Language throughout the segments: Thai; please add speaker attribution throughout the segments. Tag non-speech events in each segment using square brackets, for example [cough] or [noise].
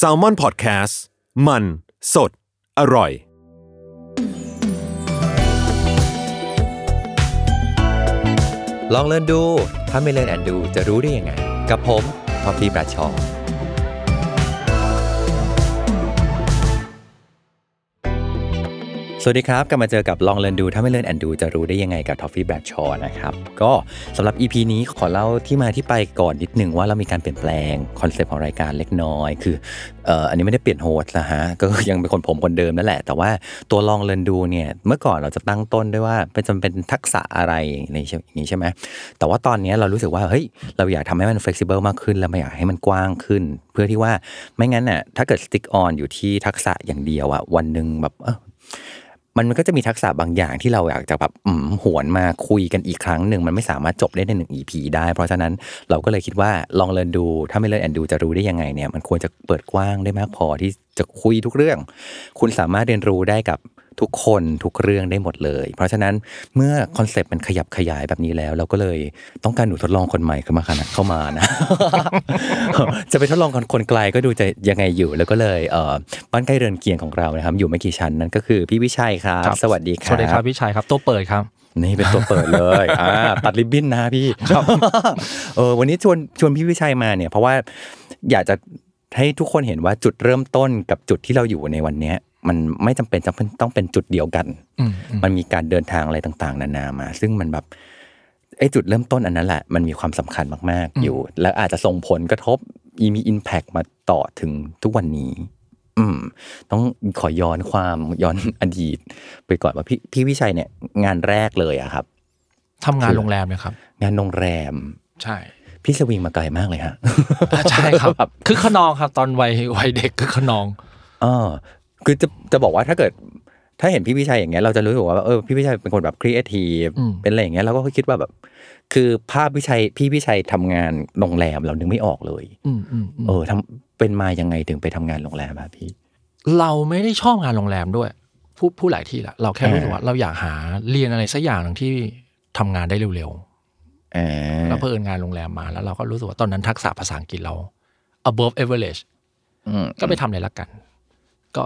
Speaker 1: s a l m o n PODCAST มันสดอร่อย
Speaker 2: ลองเล่นดู ถ้าไม่เล่นแอนดูจะรู้ได้ยังไง กับผมท็อฟฟี่ประชอสวัสดีครับ กลับมาเจอกับลองเรียนดู ถ้าไม่เรียนแอนดูจะรู้ได้ยังไงกับทอฟฟี่แบบชอนะครับ ก็สำหรับ EP นี้ขอเล่าที่มาที่ไปก่อนนิดหนึ่งว่าเรามีการเปลี่ยนแปลงคอนเซปต์ของรายการเล็กน้อย คือเอ่ออันนี้ไม่ได้เปลี่ยนโฮสต์นะฮะ [laughs] ก็ยังเป็นคนผมคนเดิมนั่นแหละ แต่ว่าตัวลองเรียนดูเนี่ย เมื่อก่อนเราจะตั้งต้นด้วยว่าเป็นจำเป็นทักษะอะไรในเช่นอย่างนี้ใช่ไหม แต่ว่าตอนเนี้ยเรารู้สึกว่าเฮ้ยเราอยากทำให้มัน flexible มากขึ้น แล้วไม่อยากให้มันกว้างขึ้น เพื่อที่ว่าไม่งั้นน่ะถ้าเกิด stick on อยู่ที่ทักษะอย่างเดียวอะวันหนึ่งแบบเอ้อ มันก็จะมีทักษะบางอย่างที่เราอยากจะแบบอืมหวนมาคุยกันอีกครั้งหนึ่งมันไม่สามารถจบได้ในหนึ่ง EP ได้ เพราะฉะนั้นเราก็เลยคิดว่าลองเรียนดูถ้าไม่เรียนแอนดูจะรู้ได้ยังไงเนี่ยมันควรจะเปิดกว้างได้มากพอที่จะคุยทุกเรื่อง คุณสามารถเรียนรู้ได้กับทุกคนทุกเรื่องได้หมดเลย เพราะฉะนั้นเมื่อคอนเซปต์มันขยับขยายแบบนี้แล้ว เราก็เลยต้องการหนูทดลองคนใหม่เข้ามาขนาดเข้ามานะ [laughs] จะไปทดลองคนคนไกลก็ดูจะยังไงอยู่แล้วก็เลยเอ่อบ้านใกล้เรือนเคียงของเรานะครับ อยู่ไม่กี่ชั้นนั่นก็คือพี่วิชัยครับ สวัสดีครับ
Speaker 3: สวัสดีครับพี่ชายครับตัวเปิดครับ
Speaker 2: นี่เป็นตัวเปิด
Speaker 3: [laughs]
Speaker 2: เลยอ่าตัดริบบิ้นนะพี่ครับเออวันนี้ชวนชวนพี่วิชัยมาเนี่ย เพราะว่าอยากจะให้ทุกคนเห็นว่าจุดเริ่มต้นกับจุดที่เราอยู่ในวันเนี้ย มันไม่จำเป็นจะต้องเป็นจุดเดียวกัน
Speaker 3: อืมอืม
Speaker 2: มันมีการเดินทางอะไรต่างๆ นานามา ซึ่งมันแบบไอ้จุดเริ่มต้นอันนั้นแหละ มันมีความสำคัญมากๆ อยู่ แล้วอาจจะส่งผลกระทบมีอิมแพกมาต่อถึงทุกวันนี้ อืม ต้องขอย้อนความย้อนอดีต ไปก่อนว่าพี่พี่วิชัยเนี่ย งานแรกเลยอะครับ
Speaker 3: ทำงานโรงแรมเนี่ยครับ
Speaker 2: งานโรงแรม
Speaker 3: ใช่
Speaker 2: พี่สวิงมาไกลมากเลยฮะ
Speaker 3: อ่าใช่ครับ [laughs] คือขนองครับตอนวัยวัยเด็กคือขนอง
Speaker 2: เออคือจะจะบอกว่าถ้าเกิด ถ้าเห็นพี่พิชัยอย่างเงี้ยเราจะรู้สึกว่าเออพี่พิชัยเป็นคนแบบครีเอทีฟ
Speaker 3: อืม
Speaker 2: เป็นอะไรอย่างเงี้ยเราก็คิดว่าแบบ คือภาพพิชัยพี่พิชัยทำงานโรงแรมเรานึกไม่ออกเลย
Speaker 3: อืมอืมอืม
Speaker 2: เออทำเป็นมายังไงถึงไปทำงานโรงแรมอะพี่
Speaker 3: เราไม่ได้ชอบงานโรงแรมด้วยพูดพูดหลายที่ละเราแค่รู้สึกว่าเราอยากหาเรียนอะไรสักอย่างหนึ่งที่ทำงานได้เร็ว
Speaker 2: อ่า
Speaker 3: ๆแล้วเพิ่นงานโรงแรมมาแล้วเราก็รู้สึกว่าตอนนั้นทักษะภาษาอังกฤษเรา above average
Speaker 2: อืม
Speaker 3: ก็ไปทำเลยละกัน ก็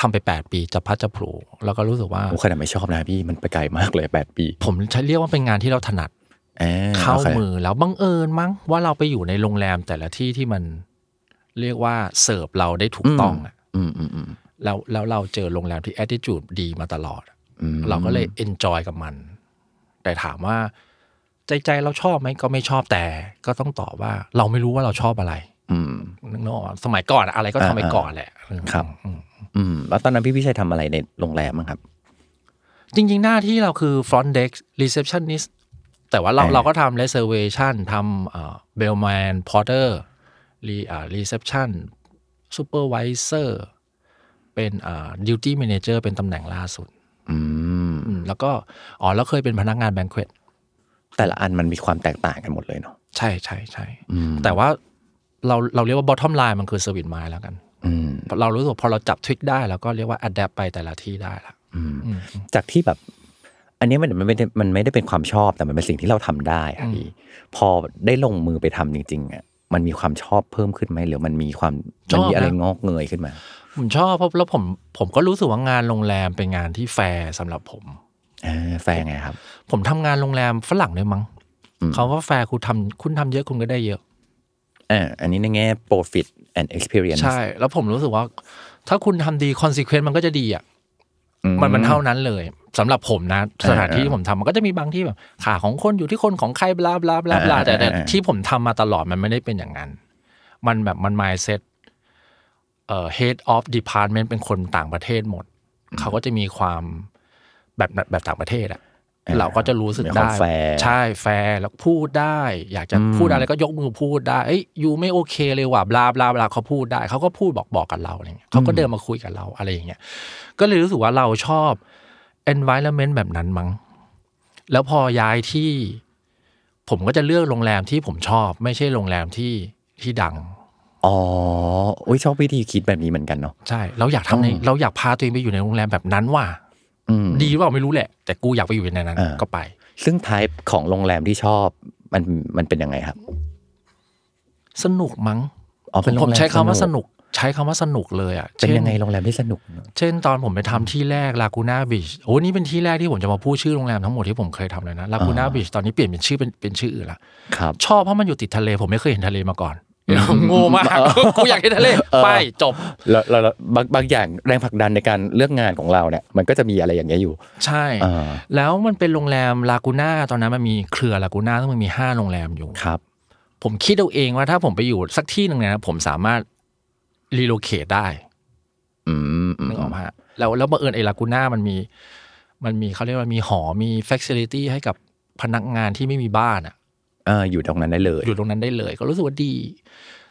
Speaker 3: ทำไป 8 ปีจะพัดจะผลูแล้วก็รู้สึกว่า
Speaker 2: โอ้ขนาดไม่ชอบนะพี่มันไปไกลมากเลยแปดปี
Speaker 3: ผมใช้เรียกว่าเป็นงานที่เราถนัด
Speaker 2: อ่
Speaker 3: เข้า
Speaker 2: โค
Speaker 3: มือแล้วบังเอิญมั้งว่าเราไปอยู่ในโรงแรมแต่ละที่ที่มันเรียกว่าเสิร์ฟเราได้ถูกต้องอะ
Speaker 2: อืมอืมอืม
Speaker 3: แล้วแล้วเราเจอโรงแรมที่ attitude ดีมาตลอดอะ
Speaker 2: อืม
Speaker 3: เราก็เลย enjoy กับมัน แต่ถามว่า ใจใจเราชอบไหมก็ไม่ชอบแต่ ก็ต้องตอบว่า เราไม่รู้ว่าเราชอบอะไร
Speaker 2: อืม
Speaker 3: นึกออกปะสมัยก่อนอะอะไรก็ทำไป
Speaker 2: อ่าๆ
Speaker 3: ก่อนแหละ
Speaker 2: ครับ
Speaker 3: อืม
Speaker 2: อืมแล้วตอนนั้นพี่พิชัยทำอะไรในโรงแรมบ้างครับ
Speaker 3: จริง ๆ หน้าที่เราคือ front desk receptionist แต่ว่าเรา
Speaker 2: อ่า
Speaker 3: เราก็ทำ reservation ทำเบลแมนพอร์เตอร์รีรีเซพชันซูเปอร์วิเซอร์เป็นดิวตี้แมเนเจอร์เป็นตำแหน่งล่าสุด
Speaker 2: อืม
Speaker 3: อืมแล้วก็อ๋อแล้วเคยเป็นพนักงานแบงเ u ว t
Speaker 2: แต่ละอันมันมีความแตกต่างกันหมดเลยเนาะ
Speaker 3: ใช่ใช่ใช่
Speaker 2: อืม
Speaker 3: แต่ว่าเราเราเรียกว่า bottom line มันคือสวิตไม้แล้วกัน
Speaker 2: อืม
Speaker 3: เรารู้สึกว่าพอเราจับทริคได้แล้วก็เรียกว่า adapt ไปแต่ละที่ได้ละ
Speaker 2: อืม
Speaker 3: อืม
Speaker 2: จากที่แบบ อันนี้มันมันไม่ได้มันไม่ได้เป็นความชอบแต่มันเป็นสิ่งที่เราทำได้อะ
Speaker 3: อืม
Speaker 2: พี่พอได้ลงมือไปทำจริงๆอ่ะมันมีความชอบเพิ่มขึ้นไหมหรือมันมีความมันมีอะไรงอกเงยขึ้นมา
Speaker 3: ผมชอบเพราะแล้วผมผมก็รู้สึกว่างานโรงแรมเป็นงานที่แฟร์สำหรับผม
Speaker 2: อ่าแฟนไงครับ
Speaker 3: ผมทำงานโรงแรมฝรั่งเลยมั้ง
Speaker 2: อืม
Speaker 3: คำว่าแฟร์คุณทำคุณทำเยอะคุณก็ได้เยอะ
Speaker 2: อ่าอันนี้ในแง่ profit and experience
Speaker 3: ใช่ แล้วผมรู้สึกว่า ถ้าคุณทำดีคอน e เควนต์มันก็จะดีอ่ะ
Speaker 2: อื
Speaker 3: มันมันเท่านั้นเลยสำหรับผมนะ
Speaker 2: อ่า
Speaker 3: สถานที่ที่ผมทำมันก็จะมีบางที่แบบขาของคนอยู่ที่คนของใครบลาบลาบลาบลา
Speaker 2: อ่า
Speaker 3: แต่แต่
Speaker 2: อ่า
Speaker 3: ที่ผมทำมาตลอดมันไม่ได้เป็นอย่างนั้น มันแบบมัน mindset เอ่อ head of department เป็นคนต่างประเทศหมด เขาก็จะมีความแบบแบบต่างประเทศอะ
Speaker 2: อ่า
Speaker 3: เราก็จะรู้สึก
Speaker 2: มีความ
Speaker 3: ได้
Speaker 2: แฟร์
Speaker 3: ใช่แฟร์แล้วพูดได้ อยากจะ
Speaker 2: อืม
Speaker 3: พูดอะไรก็ยกมือพูดได้เอ้ยยูไม่โอเคเลยว่ะบลาบลาบลาเขาพูดได้เขาก็พูดบอกบอกกับเราอะไรเงี้ยเขาก็เดินมาคุยกับเราอะไรอย่างเงี้ยก็เลยรู้สึกว่าเราชอบ environment แบบนั้นมั้งแล้วพอย้ายที่ ผมก็จะเลือกโรงแรมที่ผมชอบ ไม่ใช่โรงแรมที่ที่ดัง
Speaker 2: อ๋ออุ้ยชอบวิธีคิดแบบนี้เหมือนกันเนาะ
Speaker 3: ใช่ เราอยากทำใน
Speaker 2: อืม
Speaker 3: เราอยากพาตัวเองไปอยู่ในโรงแรมแบบนั้นว่ะ
Speaker 2: อืม
Speaker 3: ดีหรือเปล่าไม่รู้แหละ แต่กูอยากไปอยู่ในนั้น
Speaker 2: อ่า
Speaker 3: ก็ไป
Speaker 2: ซึ่ง type ของโรงแรมที่ชอบมันมันเป็นยังไงครับ
Speaker 3: สนุกมั้ง
Speaker 2: อ๋อเป็นโรง
Speaker 3: ผม
Speaker 2: แรม
Speaker 3: ใช้คำว่าสนุก ใช้คำว่าสนุกเลยอ่ะ
Speaker 2: เป็นยังไง
Speaker 3: ช่
Speaker 2: โรงแรมที่สนุก
Speaker 3: เช่นตอนผมไปทำที่แรกลากูน่าบีชโอ้นี่เป็นที่แรกที่ผมจะมาพูดชื่อโรงแรมทั้งหมดที่ผมเคยทำเลยนะลากูน่า
Speaker 2: อ่า
Speaker 3: บีชตอนนี้เปลี่ยนเป็นชื่อเป็นเป็นชื่ออื่นละ
Speaker 2: ครับ
Speaker 3: ชอบเพราะมันอยู่ติดทะเล ผมไม่เคยเห็นทะเลมาก่อนโง่
Speaker 2: [laughs]
Speaker 3: มากกูอยากเห็นทะเล
Speaker 2: เออ
Speaker 3: ไปจบ
Speaker 2: แล้วแล้วแล้วบางบางอย่างแรงผลักดันในการเลือกงานของเราเนี่ย มันก็จะมีอะไรอย่างเงี้ยอยู่
Speaker 3: ใช่
Speaker 2: อ่า
Speaker 3: แล้วมันเป็นโรงแรมลากูน่าตอนนั้นมันมีเครือลากูน่าซึ่งมันมีห้าโรงแรมอยู่
Speaker 2: ครับ
Speaker 3: ผมคิดเอาเองว่าถ้าผมไปอยู่สักที่หนึ่งเนี่ยนะผมสามารถรีโลเคทได้
Speaker 2: อืม
Speaker 3: นึกออกไหมฮะแล้วแล้วบังเอิญไอ้ลากูน่ามันมี มันมีเขาเรียกว่ามีหอมีเฟคซิลิตี้ให้กับพนักงานที่ไม่มีบ้านอะ
Speaker 2: เอ่าอยู่ตรงนั้นได้เลย
Speaker 3: อยู่ตรงนั้นได้เลย ก็รู้สึกว่าดี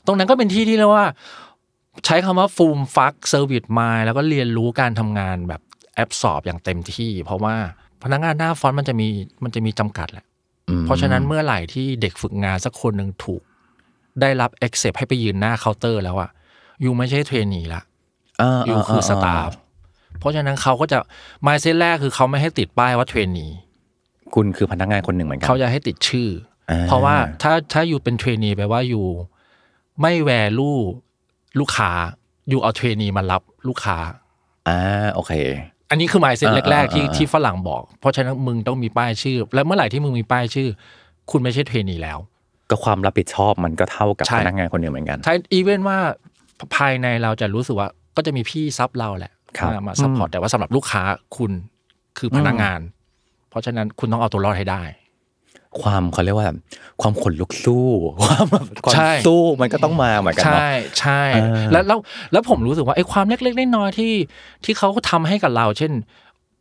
Speaker 3: ตรงนั้นก็เป็นที่ที่เรียกว่า ใช้คำว่าฟูมฟักเซอร์วิสมาแล้วก็เรียนรู้การทำงานแบบแอบสอบอย่างเต็มที่ เพราะว่าพนักงานหน้าฟอนต์มันจะมีมันจะมีจำกัดแหละ เพราะฉะนั้นเมื่อไหร่ที่เด็กฝึกงานสักคนหนึ่งถูก ได้รับ accept ให้ไปยืนหน้าเคาน์เตอร์แล้วอะยูไม่ใช่เทรนนีละยูคือสตาฟเพราะฉะนั้นเขาก็จะ mindset แรกคือเขาไม่ให้ติดป้ายว่าเทรนนี
Speaker 2: คุณคือพนักงานคนหนึ่งเหมือนกั
Speaker 3: เขาจะให้ติดชื่อ
Speaker 2: อ่า
Speaker 3: เพราะว่าถ้าถ้ายูเป็นเทรนนีแปลว่ายูไม่แวลูลูกค้ายูเอาเทรนนีมารับลูกค้า
Speaker 2: อ่าโอเค
Speaker 3: อันนี้คือ mindset
Speaker 2: อ่า
Speaker 3: แรก ๆ ที่
Speaker 2: อ่าอ่า
Speaker 3: ที่ฝรั่งบอก เพราะฉะนั้นมึงต้องมีป้ายชื่อ และเมื่อไหร่ที่มึงมีป้ายชื่อ คุณไม่ใช่เทรนนีแล้ว
Speaker 2: ก็ความรับผิดชอบมันก็เท่ากับ
Speaker 3: ใช่
Speaker 2: พนักงานคนหนึ่งเหมือนกัน
Speaker 3: ใช่อีเวนว่าภายในเราจะรู้สึกว่าก็จะมีพี่ซับเราแหละ
Speaker 2: ครับ
Speaker 3: มามาซัพพอร์ตแต่ว่าสำหรับลูกค้าคุณคือพนักงาน เพราะฉะนั้นคุณต้องเอาตัวรอดให้ได้
Speaker 2: ความเขาเรียกว่า ความขนลุกสู้ [laughs] ความแบบความ
Speaker 3: ใช่
Speaker 2: สู้มันก็ต้องมาเหมือนกัน
Speaker 3: ใช่
Speaker 2: เนาะ
Speaker 3: ใช่
Speaker 2: เออ
Speaker 3: แล้วแล้วแล้วผมรู้สึกว่าไอ้ความเล็กๆน้อยๆที่ที่เขาทำให้กับเรา เช่น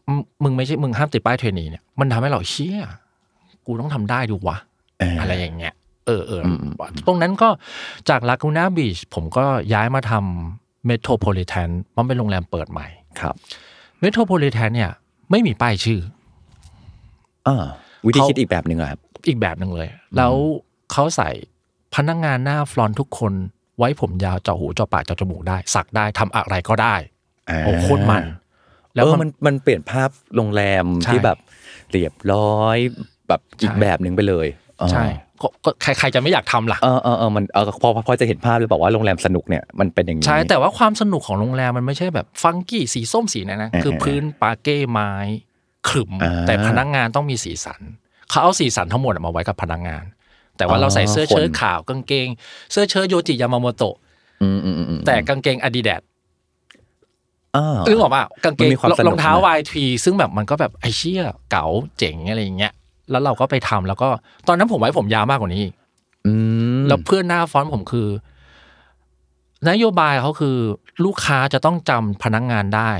Speaker 3: มึงมึงไม่ใช่มึงห้ามติดป้ายเทรนนีเนี่ยมันทำให้เราเชี่ยกูต้องทำได้ดูวะ
Speaker 2: เอออ
Speaker 3: อะไรอย่างเงี้ย เออเอออ
Speaker 2: มอืม
Speaker 3: ตรงนั้นก็จากลากูน่าบีชผมก็ย้ายมาทำเมโทรโพลิแทนมันเป็นโรงแรมเปิดใหม่
Speaker 2: ครับ
Speaker 3: เมโทรโพลิแทนเนี่ยไม่มีป้ายชื่อ
Speaker 2: อ่าวิธี
Speaker 3: เขา
Speaker 2: คิดอีกแบบหนึ่งอะครับ
Speaker 3: อีกแบบหนึ่งเลย แล้วเขาใส่พนักงานหน้าฟรอนต์ทุกคน ไว้ผมยาวเจาะหูเจาะปากเจาะจมูกได้ สักได้ทำอะไรก็ได้
Speaker 2: อ่า
Speaker 3: โอ้โคตรมัน แล้
Speaker 2: แล้ว ว
Speaker 3: มั
Speaker 2: มัน นมันเปลี่ยนภาพโรงแรม
Speaker 3: ใช่
Speaker 2: ที่แบบเรียบร้อยแบบอีก
Speaker 3: ใช่
Speaker 2: แบบหนึ่งไปเลยอ่า
Speaker 3: ใช่ก็ก็ใครใครจะไม่อยากทำล่ะ
Speaker 2: เออเออเออมันเออพอพอพอจะเห็นภาพเลยบอกว่าโรงแรมสนุกเนี่ยมันเป็นอย่างนี้
Speaker 3: ใช่ แต่ว่าความสนุกของโรงแรมมันไม่ใช่แบบฟังกี้สีส้มสีนั้นนะ
Speaker 2: อ่า
Speaker 3: คือพื้นปาเก้ไม้ขรึม
Speaker 2: อ่า
Speaker 3: แต่พนักงานต้องมีสีสัน เขาเอาสีสันทั้งหมดมาไว้กับพนักงาน แต่ว่า
Speaker 2: อ๋อ
Speaker 3: เราใส่เสื้อ
Speaker 2: คน
Speaker 3: เชิ้ตขาวกางเกง เสื้อเชิ้ตโยจิยามาโมโตะ
Speaker 2: อืมอืมอืมอืม
Speaker 3: แต่กางเกงอาดิดาส
Speaker 2: อ่า
Speaker 3: นึกออกป่ะกางเก
Speaker 2: มั
Speaker 3: ง
Speaker 2: นมีความสนุก
Speaker 3: รองเท้า
Speaker 2: นะ
Speaker 3: YT ซึ่งแบบมันก็แบบไอ้เชี่ยเก๋าเจ๋งอะไรอย่างเงี้ยแล้วเราก็ไปทำแล้วก็ตอนนั้นผมไว้ผมยาวมากกว่านี้อีก
Speaker 2: อืม
Speaker 3: แล้วเพื่อนหน้าฟอนต์ผมคือ นโยบายเขาคือลูกค้าจะต้องจำพนักงานได้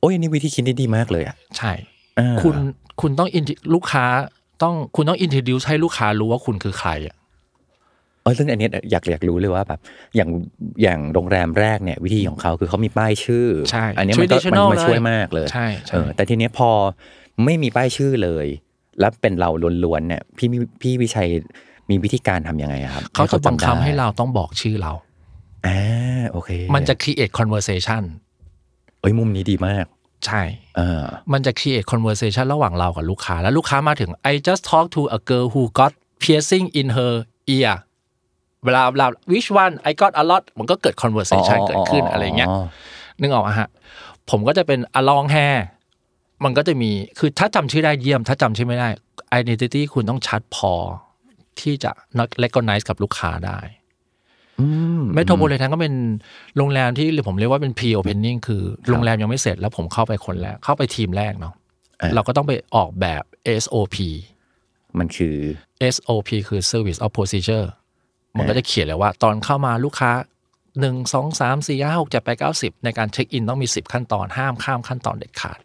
Speaker 2: โอ้ยอันนี่วิธีคิดนี่ดีมากเลยอ่ะ
Speaker 3: ใช่
Speaker 2: อ่า
Speaker 3: คุณคุณต้อง inti- ลูกค้าต้องคุณต้องอินทิดิวให้ลูกค้ารู้ว่าคุณคือใครอะ
Speaker 2: เออซึ่งอันเนี้ยอยากอยากรู้เลยว่าแบบอย่างอย่างโรงแรมแรกเนี่ยวิธีของเขาคือเขามีป้ายชื่อ
Speaker 3: ใช่
Speaker 2: อันเนี้ยมันก็มัน
Speaker 3: traditional
Speaker 2: มันช่วย
Speaker 3: เลย
Speaker 2: มากเลย
Speaker 3: ใช่ใช่
Speaker 2: เออแต่ทีเนี้ยพอไม่มีป้ายชื่อเลย แล้วเป็นเราล้วนๆเนี่ยพี่มิพี่วิชัยมีวิธีการทำยังไงอะครับ
Speaker 3: เขาจะบังคับ
Speaker 2: ำได้
Speaker 3: ให้เราต้องบอกชื่อเรา
Speaker 2: อ่าโอเค
Speaker 3: มันจะ create conversation
Speaker 2: เอ้ยมุมนี้ดีมาก
Speaker 3: ใช่
Speaker 2: เออ
Speaker 3: มันจะ create conversation ระหว่างเรากับลูกค้า แล้วลูกค้ามาถึง I just talk to a girl who got piercing in her ear เวลาเวลา which one I got a lot มันก็เกิด conversation เกิดขึ้นอะไรเงี้ย นึกออกอะฮะ ผมก็จะเป็นอลองแฮมันก็จะมี คือถ้าจำชื่อได้เยี่ยม ถ้าจำชื่อไม่ได้ identity คุณต้องชัดพอ ที่จะ recognize กับลูกค้าได้
Speaker 2: อืม
Speaker 3: เมโทรโพลิแทนก็เป็นโรงแรมที่ผมเรียกว่าเป็น pre opening คือโรงแรมยังไม่เสร็จแล้วผมเข้าไปคนแรก เข้าไปทีมแรกเนาะ
Speaker 2: อ่ะ
Speaker 3: เราก็ต้องไปออกแบบ SOP
Speaker 2: มันคือ
Speaker 3: SOP คือ Service of Procedure มันก็จะเขียนเลยว่าตอนเข้ามาลูกค้า 1 2 3 4 5 6 7 8 9 10 ในการเช็คอินต้องมี 10 ขั้นตอนห้ามข้ามขั้นตอนเด็ดขาด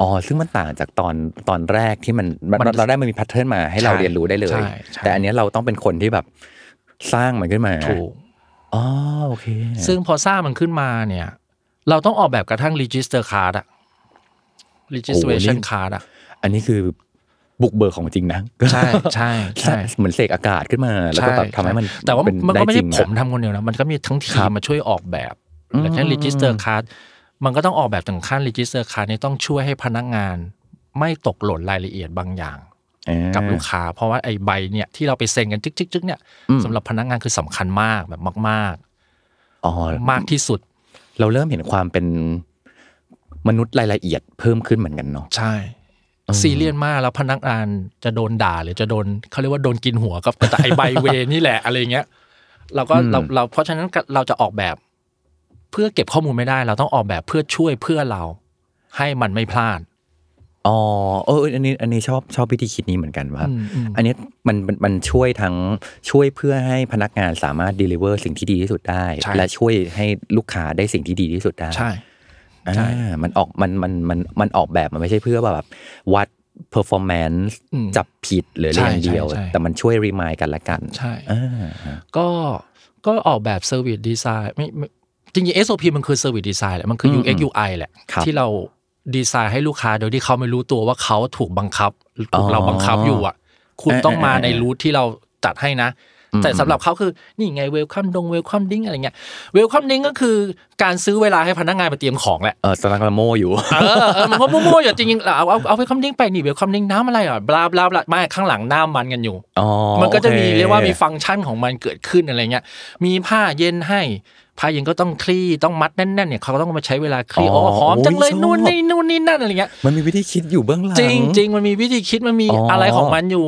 Speaker 2: อ๋อซึ่งมันต่างจากตอนตอนแรกที่มันมัน
Speaker 3: มัน
Speaker 2: เราได้มันมีแพทเทิร์นมาให้เรา
Speaker 3: ใช่
Speaker 2: เรียนรู้ได้เลย
Speaker 3: ใช่ใช่
Speaker 2: แต่อันเนี้ยเราต้องเป็นคนที่แบบสร้างมันขึ้นมา
Speaker 3: ถูก
Speaker 2: อ๋อโอเค
Speaker 3: ซึ่งพอสร้างมันขึ้นมาเนี่ย เราต้องออกแบบกระทั่ง register card อะ registration card อะ
Speaker 2: อันนี้คือบุกเบิกของจริงนะ [laughs]
Speaker 3: ใช่ใช่ใช่
Speaker 2: เหมือนเสกอากาศขึ้นมา แล้วก็แบบ
Speaker 3: ใช่
Speaker 2: ทำให้มัน
Speaker 3: ใช่แต่ว่า
Speaker 2: เป็น
Speaker 3: มันก็ไม่
Speaker 2: จ
Speaker 3: ใช่
Speaker 2: ริงอะ
Speaker 3: ผมทำคนเดียวนะ มันก็มีทั้งที
Speaker 2: ครั
Speaker 3: ม
Speaker 2: บ
Speaker 3: มาช่วยออกแบบ
Speaker 2: อืม
Speaker 3: แต่ทั้ง register card มันก็ต้องออกแบบถึงขั้น register card นี่ต้องช่วยให้พนักงาน ไม่ตกหล่นรายละเอียดบางอย่าง
Speaker 2: อ่า
Speaker 3: กับลูกค้า เพราะว่าไอ้ใบเนี่ยที่เราไปเซ็นกันจึ๊กๆเนี่ย
Speaker 2: อืม
Speaker 3: สำหรับพนักงานคือสำคัญมากแบบมาก
Speaker 2: อ๋อ
Speaker 3: ๆ มากที่สุด
Speaker 2: เราเริ่มเห็นความเป็นมนุษย์รายละเอียดเพิ่มขึ้นเหมือนกันเนาะ
Speaker 3: ใช่ซีเรียสมากแล้วพนักงานจะโดนด่าหรือจะโดนเขาเรียกว่าโดนกินหัวกับแต่ไอ้ใบเวนี่แหละอะไรเงี้ยเราก็
Speaker 2: อืม
Speaker 3: เราเราเพราะฉะนั้นเราจะออกแบบ เพื่อเก็บข้อมูลไม่ได้ เราต้องออกแบบเพื่อช่วยเพื่อเรา ให้มันไม่พลาด
Speaker 2: อ๋อเอออันนี้อันนี้ชอบชอบวิธีคิดนี้เหมือนกันว่า
Speaker 3: อืมอืม
Speaker 2: อันเนี้ยมันมันมันช่วยทั้งช่วยเพื่อให้พนักงานสามารถ deliver สิ่งที่ดีที่สุดได้
Speaker 3: ใช่
Speaker 2: และช่วยให้ลูกค้าได้สิ่งที่ดีที่สุดได้
Speaker 3: ใช่
Speaker 2: อ่า
Speaker 3: ใช่
Speaker 2: มันออกมันมันมันมันออกแบบมันไม่ใช่เพื่อแบบวัด performance
Speaker 3: อืม
Speaker 2: จับผิดหรืออะไรอย่างเดียว
Speaker 3: ใช่ใช่ใช่
Speaker 2: แต่มันช่วยรีมายกันละกัน
Speaker 3: ใช่
Speaker 2: อ่า
Speaker 3: ก็ก็ออกแบบเซอร์วิสดีไซน์ไม่ไม่จริงๆ SOP มันคือเซอร์วิสดีไซน์แหละมันคือ
Speaker 2: อืม
Speaker 3: UX UI แหละ
Speaker 2: ครับ
Speaker 3: ที่เราดีไซน์ให้ลูกค้าโดยที่เขาไม่รู้ตัวว่าเขาถูกบังคับ
Speaker 2: อ๋
Speaker 3: ถูก
Speaker 2: อ
Speaker 3: เราบังคับอยู่อ่ะ คุณต้องมา
Speaker 2: เออเออเออ
Speaker 3: ในรูทที่เราจัดให้นะ
Speaker 2: อืม
Speaker 3: แต่สำหรับเขาคือ นี่ไงเวลคัมดงเวลคัมดิ้งอะไรเงี้ยเวลคัมดิ้งก็คือการซื้อเวลาให้พนักงานไปเตรียมของแหละ
Speaker 2: [laughs] เออสตังกระโม
Speaker 3: [laughs]
Speaker 2: อยู่
Speaker 3: เออเออมันก็มั่วๆอยู่จริงๆเอาเอาเอาเวลคัมดิ้งไปนี่เวลคัมดิ้งน้ำอะไรอ่ะบลาบลาบลาไม่ข้างหลังหน้ามันกันอยู่
Speaker 2: อ๋อ
Speaker 3: มันก็จะมี
Speaker 2: โอค
Speaker 3: เรียกว่ามีฟังก์ชันของมันเกิดขึ้นอะไรเงี้ย มีผ้าเย็นให้ ผ้าเย็นก็ต้องคลี่ ต้องมัดแน่นๆเนี่ยเขาก็ต้องมาใช้เวลาคลี่
Speaker 2: อ๋
Speaker 3: อ๋
Speaker 2: อ
Speaker 3: อหอมจังเลย
Speaker 2: โอ้ยชอบ
Speaker 3: นู่นนี่นู่นนี่นั่นอะไรเงี้ย
Speaker 2: มันมีวิธีคิดอยู่เบื้องหลัง
Speaker 3: จริงจริงมันมีวิธีคิดมันมี
Speaker 2: อ๋ออ
Speaker 3: อะไรของมันอยู่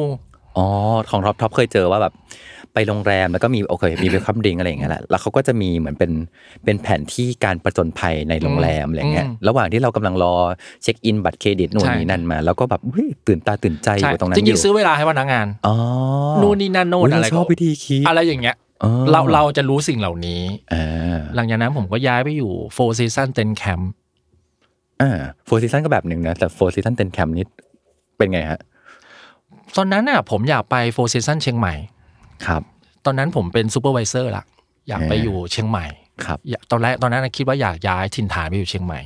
Speaker 2: อ๋อ ของท็อปท็อปเคยเจอว่าแบบไปโรงแรมแล้วก็มีโอเคมี เวลคัมดิงอะไรอย่างเงี้ยแหละแล้วเขาก็จะมีเหมือนเป็นเป็นแผนที่การประจนภัยในโรงแรมอะไรเงี้ย
Speaker 3: อืม
Speaker 2: ระหว่างที่เรากำลังรอเช็คอินบัตรเครดิตนู่น
Speaker 3: ใช่
Speaker 2: นี่นั่นมา แล้วก็แบบเฮ้ยตื่นตาตื่นใจอ
Speaker 3: ใช่
Speaker 2: ยู่ตรงนั้น
Speaker 3: จ
Speaker 2: อ
Speaker 3: ริง
Speaker 2: ยู่
Speaker 3: ๆซื้อเวลาให้พนักงาน
Speaker 2: อ๋อ
Speaker 3: นู่นนี่นั่นโน่น
Speaker 2: ย
Speaker 3: อะไรก็
Speaker 2: ชอบวิธีคิด
Speaker 3: อะไรอย่างเงี้ย
Speaker 2: อ๋อ
Speaker 3: เราเราจะรู้สิ่งเหล่านี้
Speaker 2: อ่า
Speaker 3: หลังจากนั้นผมก็ย้ายไปอยู่โฟซีซันเต็นแคมป์
Speaker 2: อ่าโฟร์ซีซันก็แบบหนึ่งนะแต่โฟร์ซีซันเต็นแคมนี่เป็นไงฮะ
Speaker 3: ตอนนั้นน่ะผมอยากไปโฟซีซันเชียงใหม่
Speaker 2: ครับ
Speaker 3: ตอนนั้นผมเป็นซูเปอร์ไวิเซอร์ละอยากไปอยู่เชียงใหม่
Speaker 2: ครับ
Speaker 3: อยากตอนแรกตอนนั้นนะคิดว่าอยากย้ายถิ่นฐานไปอยู่เชียงใหม่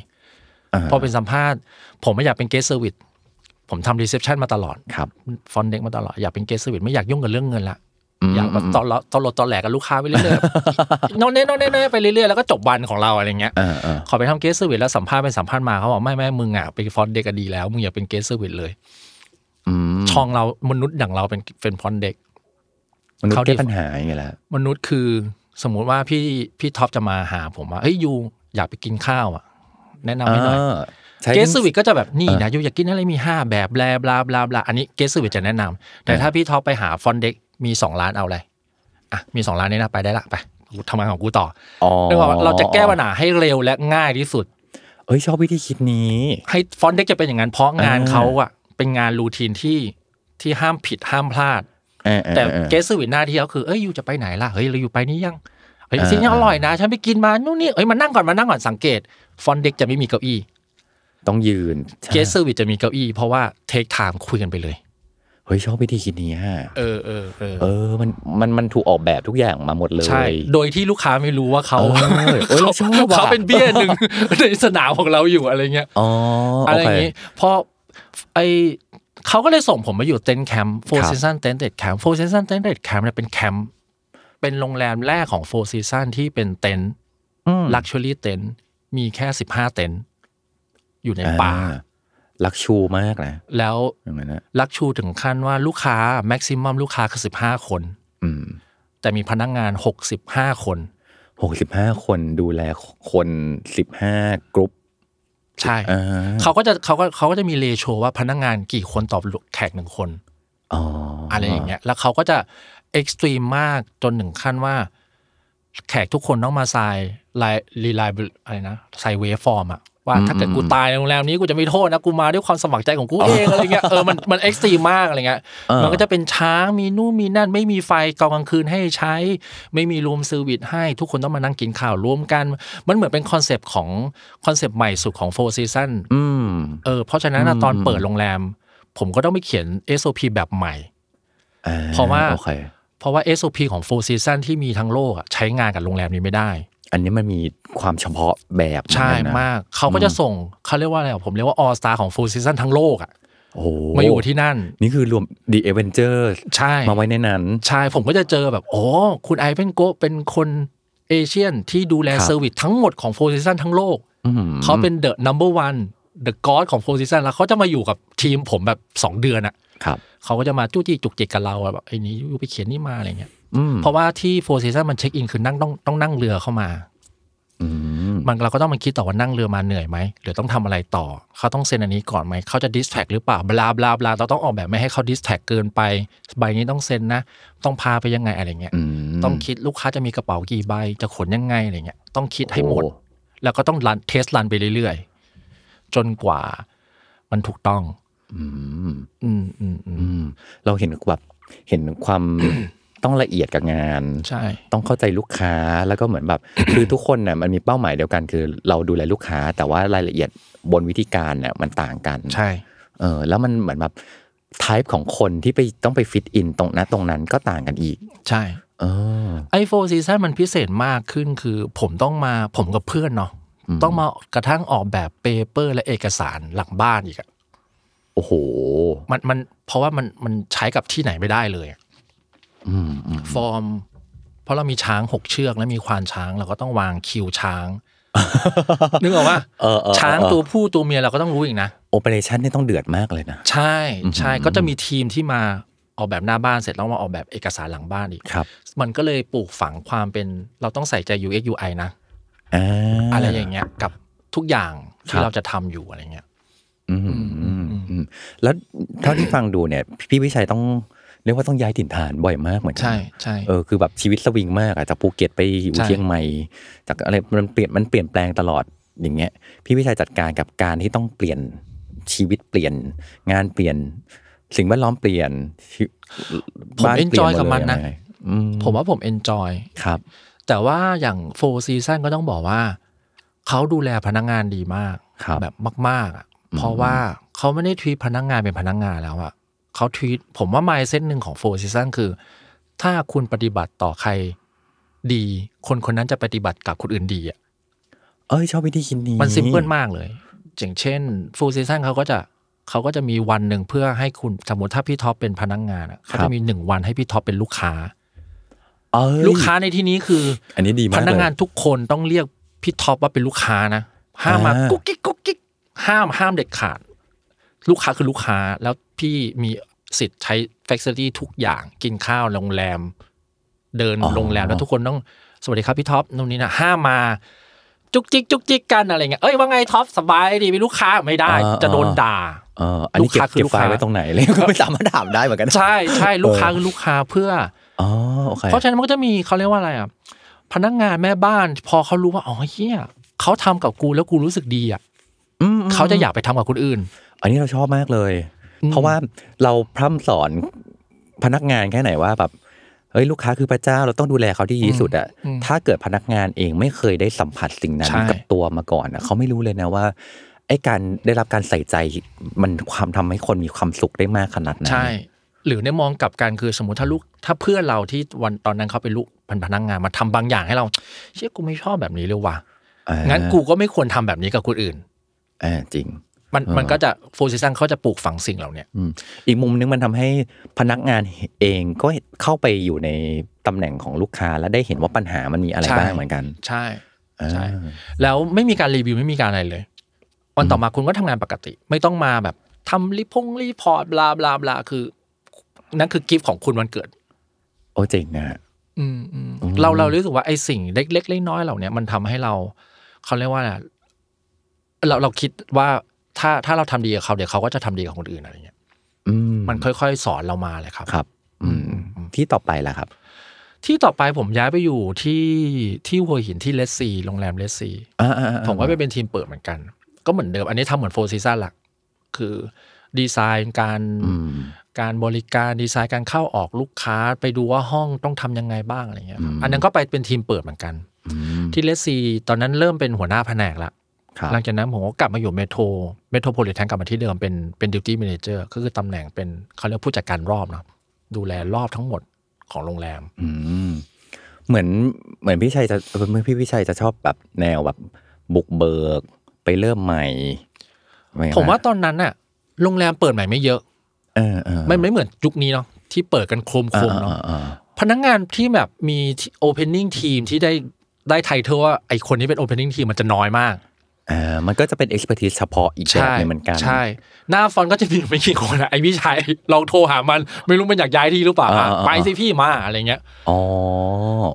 Speaker 2: า
Speaker 3: พอเป็นสัมภาษณ์ ผมไม่อยากเป็นเกสเซอร์วิสผมทำรีเซพชันมาตลอด
Speaker 2: ครับ
Speaker 3: ฟอนเด็กมาตลอด อยากเป็นเกสเซอร์วิสไม่อยากยุ่งกับเรื่องเงินละ
Speaker 2: อืม
Speaker 3: อยากแบบ
Speaker 2: อืม
Speaker 3: ตอนละตอนลดตอนแหลกกับลูกค้าไปเรื่อย
Speaker 2: [laughs]
Speaker 3: ๆ โนนเน่โนนเน่โนนเน่ไปเรื่อยๆแล้วก็จบวันของเราอะไรเงี้ย
Speaker 2: อ่าอ่า
Speaker 3: ขอไปทำเกสเซอร์วิสแล้วสัมภาษณ์ไปสัมภาษณ์มาเขาบอกไม่ไม่มึงอ่ะไปฟอนเด็กก็ดีแล้วมึงอย่าเป็นเกสเซอร์วิสเลย
Speaker 2: อืม
Speaker 3: ช่องเรามนุษย์อย่างเราเป็นเป็นฟอนเด็ก
Speaker 2: มนุษย์
Speaker 3: เขาดิ
Speaker 2: แก้ปัญหาอย่างเงี้ยแหละ
Speaker 3: มนุษย์คือสมมุติว่าพี่พี่ท็อปจะมาหาผมว่าเฮ้ยยูอยากไปกินข้าวอ่ะ แนะนำให้หน่อย
Speaker 2: ใช้
Speaker 3: เกสสวิตก็จะแบบนี่นะยูอยากกินอะไรมี 5 แบบแบลาบลาบลาบลาอันนี้เกสสวิตจะแนะนำแต่ถ้าพี่ท็อปไปหาฟอนเด็กมี 2 ร้านเอาอะไรอ่ะมี 2 ร้านนี้นะไปได้ละไปกูทำงานของกูต่อ
Speaker 2: อ๋อ
Speaker 3: เรื่องว่าเราจะแก้ปัญหาให้เร็วและง่ายที่สุด
Speaker 2: เอ้ยชอบวิธีคิดนี้
Speaker 3: ให้ฟอนเด็กจะเป็นอย่างนั้นเพราะงาน
Speaker 2: อ่า
Speaker 3: เขาอะเป็นงานรูทีนที่ที่ห้ามผิดห้ามพลาด
Speaker 2: เออออ
Speaker 3: แต่
Speaker 2: ออ
Speaker 3: เกสสวิตหน้าที่เขาคือเอ้ยยูจะไปไหนล่ะเฮ้ยเราอยู่ไปนี่ยังเฮ้ย
Speaker 2: อ่า
Speaker 3: สิ่งนี้อร่อยนะ ฉันไปกินมานู่นนี่เอ้ยมานั่งก่อนมานั่งก่อนสังเกตฟอนเด็กจะไม่มีเก้าอี้
Speaker 2: ต้องยืน
Speaker 3: เกสเซอร์วิสจะมีเก้าอี้เพราะว่าเทคไทม์คุยกันไปเลย
Speaker 2: เฮ้ยชอบวิธีคิดนี้ฮะ
Speaker 3: เออเออเออ
Speaker 2: เออมันมันมันถูกออกแบบทุกอย่างมาหมดเลย
Speaker 3: ใช่ โดยที่ลูกค้าไม่รู้ว่าเขา
Speaker 2: เออ
Speaker 3: [laughs]
Speaker 2: เออเราชอบอะ
Speaker 3: เขาเป็นเบี้ยหนึ่ง [laughs] ในสนามของเราอยู่อะไรเงี้ย
Speaker 2: อ๋อ
Speaker 3: อะ
Speaker 2: อะไร
Speaker 3: อย่างงี้พอไอเขาก็เลยส่งผมมาอยู่เต็นท์แคมป์โฟร์ซีซันเต็นท์เด็ดแคมป์โฟร์ซีซันเต็นท์เด็ดแคมป์เนี่ยเป็นแคมป์เป็นโรงแรมแรกของโฟร์ซีซันที่เป็นเต็นท์ลักชัวรี่เต็นท์มีแค่สิบห้าเต็นท์อยู่ในป่า
Speaker 2: ลักชูมากนะ
Speaker 3: แล้ว
Speaker 2: อย่างนั้นนะ
Speaker 3: ลักชูถึงขั้นว่าลูกค้าแม็กซิมัมลูกค้าคือสิบห้าคน
Speaker 2: อืม
Speaker 3: แต่มีพนักงานหกสิบห้าคน
Speaker 2: หกสิบห้าคนดูแลคนสิบห้ากรุ๊ป
Speaker 3: ใช่
Speaker 2: อ่า
Speaker 3: เขาก็จะเขาก็เขาก็จะมีเลโชว่าพนักงานกี่คนต่อแขกหนึ่งคน
Speaker 2: อ๋ออะ
Speaker 3: อะไรอย่างเงี้ย แล้วเขาก็จะเอ็กซ์ตรีมมากจนถึงขั้นว่า แขกทุกคนต้องมาทรายลายรีไลอะไรนะทรายเวฟฟอร์มอะ ว่าถ้าเกิดกูตายในโรงแรมนี้กูจะไม่โทษนะกูมาด้วยความสมัครใจของกูเอง [laughs] อะไรเงี้ยเออมันมันเอ็กซ์ตรีมมากอะไรเงี้ย
Speaker 2: เออ
Speaker 3: มันก็จะเป็นช้างมีนู่นมีนั่น ไม่มีไฟกองกลางคืนให้ใช้ ไม่มีรูมเซอร์วิสให้ทุกคนต้องมานั่งกินข้าวร่วมกัน มันเหมือนเป็นคอนเซปต์ของคอนเซปต์ใหม่สุดของโฟร์ซีซัน
Speaker 2: อืม
Speaker 3: เออเพราะฉะนั้นน่ะ
Speaker 2: อืม
Speaker 3: ตอนเปิดโรงแรม ผมก็ต้องไปเขียน SOP แบบใหม่
Speaker 2: อ่
Speaker 3: เพราะว่า
Speaker 2: โอเค
Speaker 3: เพราะว่า SOP ของ Four Season ที่มีทั้งโลกอะใช้งานกับโรงแรมนี้ไม่ได้
Speaker 2: อันนี้มันมีความเฉพาะแบบ
Speaker 3: ใช่
Speaker 2: เหอนนนะ
Speaker 3: มาก เขาก็จะส่งเขาเรียกว่าอะไรอะผมเรียกว่า All Star ของ Four Season ทั้งโลกอะ
Speaker 2: โอ้โห
Speaker 3: มาอยู่ที่นั่น
Speaker 2: นี่คือรวม The Avengers
Speaker 3: ใช่
Speaker 2: มาไว้ในนั้น
Speaker 3: ใช่ผมก็จะเจอแบบ โอ้ คุณไอเป็นโกะเป็นคนเอเชียนที่ดูแล
Speaker 2: ครับ
Speaker 3: เซอร์วิสทั้งหมดของโฟซิซันทั้งโลก
Speaker 2: อืม
Speaker 3: เขาเป็นเดอะนัมเบอร์วันเดอะกอดของโฟซิซันแล้วเขาจะมาอยู่กับทีมผมแบบ 2 เดือนอะ
Speaker 2: ครับ
Speaker 3: เขาก็จะมาจู้จี้จุกจิกกับเราอะแบบไอ้นี้อยู่ไปเขียนนี่มาอะไรเงี้ย
Speaker 2: อืม
Speaker 3: เพราะว่าที่โฟซิซันมันเช็คอินคือนั่งต้องต้องนั่งเรือเข้ามา
Speaker 2: อืม
Speaker 3: มันเราก็ต้องมาคิดต่อว่านั่งเรือมาเหนื่อยไหมหรือต้องทำอะไรต่อ เขาต้องเซ็นอันนี้ก่อนไหมเขาจะดิสแท็กหรือเปล่าบลาบลาบลาเราต้องออกแบบไม่ให้เขาดิสแท็กเกินไปใบนี้ต้องเซ็นนะ ต้องพาไปยังไงอะไรเงี้ย
Speaker 2: อืม
Speaker 3: ต้องคิดลูกค้าจะมีกระเป๋ากี่ใบ จะขนยังไงอะไรเงี้ยต้องคิดให้หมด
Speaker 2: โอ้โ
Speaker 3: แล้วก็ต้องรันเทสรันไปเรื่อยๆ จนกว่ามันถูกต้อง
Speaker 2: อืม
Speaker 3: อืมอืมอืม
Speaker 2: อืมเราเห็นแบบเห็นความ [coughs] ต้องละเอียดกับงาน
Speaker 3: ใช่
Speaker 2: ต้องเข้าใจลูกค้าแล้วก็เหมือนแบบ [coughs] คือทุกคนน่ะมันมีเป้าหมายเดียวกัน คือเราดูแลลูกค้า แต่ว่ารายละเอียดบนวิธีการน่ะมันต่างกัน
Speaker 3: ใช่
Speaker 2: เออแล้วมันเหมือนแบบไทป์ของคนที่ไปต้องไปฟิตอินตรงนั้นตรงนั้นก็ต่างกันอีก
Speaker 3: ใช่
Speaker 2: เออ
Speaker 3: ไอโฟซีซั่นมันพิเศษมากขึ้นคือ ผมต้องมาผมกับเพื่อนเนาะ
Speaker 2: อืม
Speaker 3: ต้องมากระทั่งออกแบบเปเปอร์ และเอกสารหลังบ้านอีกอะ
Speaker 2: โอ้โห
Speaker 3: มันมันเพราะว่ามันมันใช้กับที่ไหนไม่ได้เลยอะ
Speaker 2: อืมอื
Speaker 3: [laughs]
Speaker 2: ม
Speaker 3: ฟอร์ม เพราะเรามีช้างหกเชือกและมีควานช้างเราก็ต้องวางคิวช้าง นึกออกว่า
Speaker 2: เออเออ
Speaker 3: ช้าง
Speaker 2: เออ
Speaker 3: ตัวผู้ตัวเมียเราก็ต้องรู้อีกนะ
Speaker 2: โอเปอเรชั่นนี่ต้องเดือดมากเลยนะ
Speaker 3: ใช่ใช่
Speaker 2: อืม
Speaker 3: ก็จะมีทีมที่มาออกแบบหน้าบ้านเสร็จแล้วมาออกแบบเอกสารหลังบ้านอีก
Speaker 2: ครับ
Speaker 3: มันก็เลยปลูกฝังความเป็นเราต้องใส่ใจ UX UI นะ
Speaker 2: อ่า
Speaker 3: อะไรอย่างเงี้ยกับทุกอย่าง
Speaker 2: ครั
Speaker 3: ที่
Speaker 2: บ
Speaker 3: เราจะทำอยู่อะไรเงี้ย
Speaker 2: อืมอืมอืมแล้วเท่าที่ฟังดูเนี่ย พี่วิชัยต้องเรียกว่าต้องย้ายถิ่นฐานบ่อยมากเหมือนกั
Speaker 3: ใช่ใช่
Speaker 2: เออคือแบบชีวิตสวิงมากอะจากภูเก็ตไปอยู่
Speaker 3: ใช่
Speaker 2: เชียงใหม่จากอะไรมันเปลี่ยนมันเปลี่ยนแปลงตลอดอย่างเงี้ย พี่วิชัยจัดการกับการที่ต้องเปลี่ยนชีวิตเปลี่ยน งานเปลี่ยน สิ่งแวดล้อมเปลี่ยนชีวิต
Speaker 3: ผม
Speaker 2: บ้า
Speaker 3: เอนจอยกับมันนะ
Speaker 2: เปลี่ยหดเลยยังไงอื
Speaker 3: ผมว่าผม enjoy
Speaker 2: ครับ
Speaker 3: แต่ว่าอย่างโฟซีซั n นก็ต้องบอกว่า เขาดูแลพนักงานดีมาก
Speaker 2: ครับ
Speaker 3: แบบมากๆอะเพราะว่าเขาไม่ได้ทวีตพนักงานเป็นพนักงานแล้วอะเขาทวีตผมว่าไมเส้นหนึ่งของโฟซีซั n นคือ ถ้าคุณปฏิบัติต่อใครดี คนคนนั้นจะปฏิบัติกับคนอื่นดีอะ
Speaker 2: เอ้ยชอบวิธีคิดนี้
Speaker 3: มันซิมเพิลมากเลย อย่างเช่นโฟซีซั n นเขาก็จะเขาก็จะมีวันหนึ่งเพื่อให้คุณสมมติถ้าพี่ท็อปเป็นพนักงานอะเขาจะมีหนึ่งวันให้พี่ท็อปเป็นลูกค้า
Speaker 2: เอ้ย
Speaker 3: ลูกค้าในที่นี้คือ
Speaker 2: อันนี้ดี
Speaker 3: พ
Speaker 2: มากเลย
Speaker 3: นักงานทุกคนต้องเรียกพี่ท็อปว่าเป็นลูกค้านะ ห้ามมา
Speaker 2: อ่า
Speaker 3: กุ๊กกิ๊กกุ๊กกิ๊กห้ามห้ามเด็ดขาด ลูกค้าคือลูกค้าแล้วพี่มีสิทธิ์ใช้เฟคซิลิตี้ทุกอย่างกินข้าวโรงแรม เดินโรงแรมแล้วทุกคนต้องสวัสดีครับพี่ท็อปนู่นนี่นะห้ามมา จุกจิกจุกจิกกันอะไรเงี้ยเอ้ยว่าไงท็อปสบายดีเป็นลูกค้าไม่ได้ จะโดนด่า
Speaker 2: เอออันนี้
Speaker 3: ลูก
Speaker 2: เก็บ
Speaker 3: ค้าคือ
Speaker 2: เก็บ
Speaker 3: ลูก
Speaker 2: ไฟล์
Speaker 3: ค้า
Speaker 2: ไว้ตรงไหนเลย ก็ไม่สามารถถามได้เหมือนกันนะ
Speaker 3: ใช่ใช่ลูกค้าคือลูกค้าเพื่อ
Speaker 2: อ๋อโอเค
Speaker 3: เพราะฉะนั้นมันก็จะมีเขาเรียกว่าอะไรอ่ะพนักงานแม่บ้าน พอเขารู้ว่าอ๋อเฮียเขาทำกับกูแล้วกูรู้สึกดีอ่ะ
Speaker 2: อืมอืม
Speaker 3: เขาจะอยากไปทำกับคนอื่น
Speaker 2: อันนี้เราชอบมากเลย
Speaker 3: อืม
Speaker 2: เพราะว่าเราพร่ำสอนพนักงานแค่ไหนว่าแบบเฮ้ยลูกค้าคือพระเจ้าเราต้องดูแลเขาที่ดีที่สุดอะถ้าเกิดพนักงานเองไม่เคยได้สัมผัสสิ่งนั้น
Speaker 3: ใช่
Speaker 2: กับตัวมาก่อนอะเขาไม่รู้เลยนะว่าไอ้การได้รับการใส่ใจมันความทำให้คนมีความสุขได้มากขนาดไหน
Speaker 3: ใช่ หรือในมองกลับกันคือสมมติถ้าลูกถ้าเพื่อนเราที่วันตอนนั้นเขาเป็นลูกเป็นพนักงานมาทำบางอย่างให้เรา เชี่ยกูไม่ชอบแบบนี้เลยว่ะ
Speaker 2: อ่า
Speaker 3: งั้นกูก็ไม่ควรทำแบบนี้กับคนอื่น
Speaker 2: อ่าจริง
Speaker 3: มัน
Speaker 2: อ่ามั
Speaker 3: มันก็จะโฟซิซังเขาจะปลูกฝังสิ่งเหล่าเนี้ย
Speaker 2: อืมอีกมุมนึงมันทำให้พนักงานเองก็เข้าไปอยู่ในตำแหน่งของลูกค้าและได้เห็นว่าปัญหามันมีอะไรบ้างเหมือนกัน
Speaker 3: ใช่
Speaker 2: อ่า
Speaker 3: ใช่ แล้วไม่มีการรีวิวไม่มีการอะไรเลย วันต่อมาคุณก็ทำงานปกติ ไม่ต้องมาแบบทำรีพงรีพอร์ตบลาบลาบลาคือ นั่นคือกิฟต์ของคุณวันเกิด
Speaker 2: โอ้เจ๋งอ่ะ
Speaker 3: อืมอืมเราเรารู้สึกว่าไอ้สิ่งเล็กๆน้อยๆเหล่าเนี้ยมันทำให้เราเขาเรียกว่าอะไรเราเราคิดว่าถ้าถ้าเราทำดีกับเขาเดี๋ยวเขาก็จะทำดีกับคนอื่นอะไรเงี้ย
Speaker 2: อืม
Speaker 3: มันค่อยๆ สอนเรามาเลยครับ
Speaker 2: ครับ อืม ที่ต่อไปล่ะครับ
Speaker 3: ที่ต่อไปผมย้ายไปอยู่ที่ที่หัวหินที่เลสซีโรงแรมเลสซี
Speaker 2: อ่าๆๆ
Speaker 3: ผมก็ไปเป็นทีมเปิดเหมือนกัน ก็เหมือนเดิม อันนี้ทำเหมือนโฟซีซั่นหลัก คือดีไซน์การ
Speaker 2: อืม
Speaker 3: การบริการดีไซน์การเข้าออกลูกค้าไปดูว่าห้องต้องทำยังไงบ้างอะไรเงี้ยครับ
Speaker 2: อืม
Speaker 3: อันนั้นก็ไปเป็นทีมเปิดเหมือนกัน
Speaker 2: อืม
Speaker 3: ที่เลสซีตอนนั้นเริ่มเป็นหัวหน้าแผนกละ
Speaker 2: ครับ
Speaker 3: หลังจากนั้นผมก็กลับมาอยู่เมโทรเมโทรโพลิแทนกลับมาที่เดิมเป็นเป็นดิวตี้ a ม a นเจอร์ก็คือตำแหน่งเป็นเขาเรียกผู้จัดการรอบเนาะดูแลรอบทั้งหมดของโรงแรม
Speaker 2: อืมเหมือนเหมือนพี่ชัยจะเมื่อพี่พี่ชัยจะชอบแบบแนวแบบบุกเบิกไปเริ่มใหม่อะไรอย่ง
Speaker 3: ผมว่า
Speaker 2: นั้น
Speaker 3: ตอนนั้นน่ะโรงแรมเปิดใหม่ไม่เยอะ
Speaker 2: เออเออ
Speaker 3: มันไม่เหมือนยุคนี้เนาะที่เปิดกันโครม
Speaker 2: เอ
Speaker 3: โคร
Speaker 2: อ
Speaker 3: ม
Speaker 2: เอ
Speaker 3: เนาะ
Speaker 2: อเออ
Speaker 3: พนักงานที่แบบมีโอเพนนิ่งทีมที่ได้ได้ไทเทอว่าไอคนนี้เป็นโอเพนนิ่งทีมมันจะน้อยมาก
Speaker 2: เออมันก็จะเป็น expertise เฉพาะอีกแบบหนึงเหมือนกัน
Speaker 3: ใช่ หน้าฟอนต์ก็จะมีไม่กี่คนอะไอพี่ชัยลองโทรหามันไม่รู้มันอยากย้ายที่หรือเปล่าอะ
Speaker 2: อ่าอ่าอ่า
Speaker 3: ไปสิพี่มาอะไรเงี้ย
Speaker 2: อ๋อ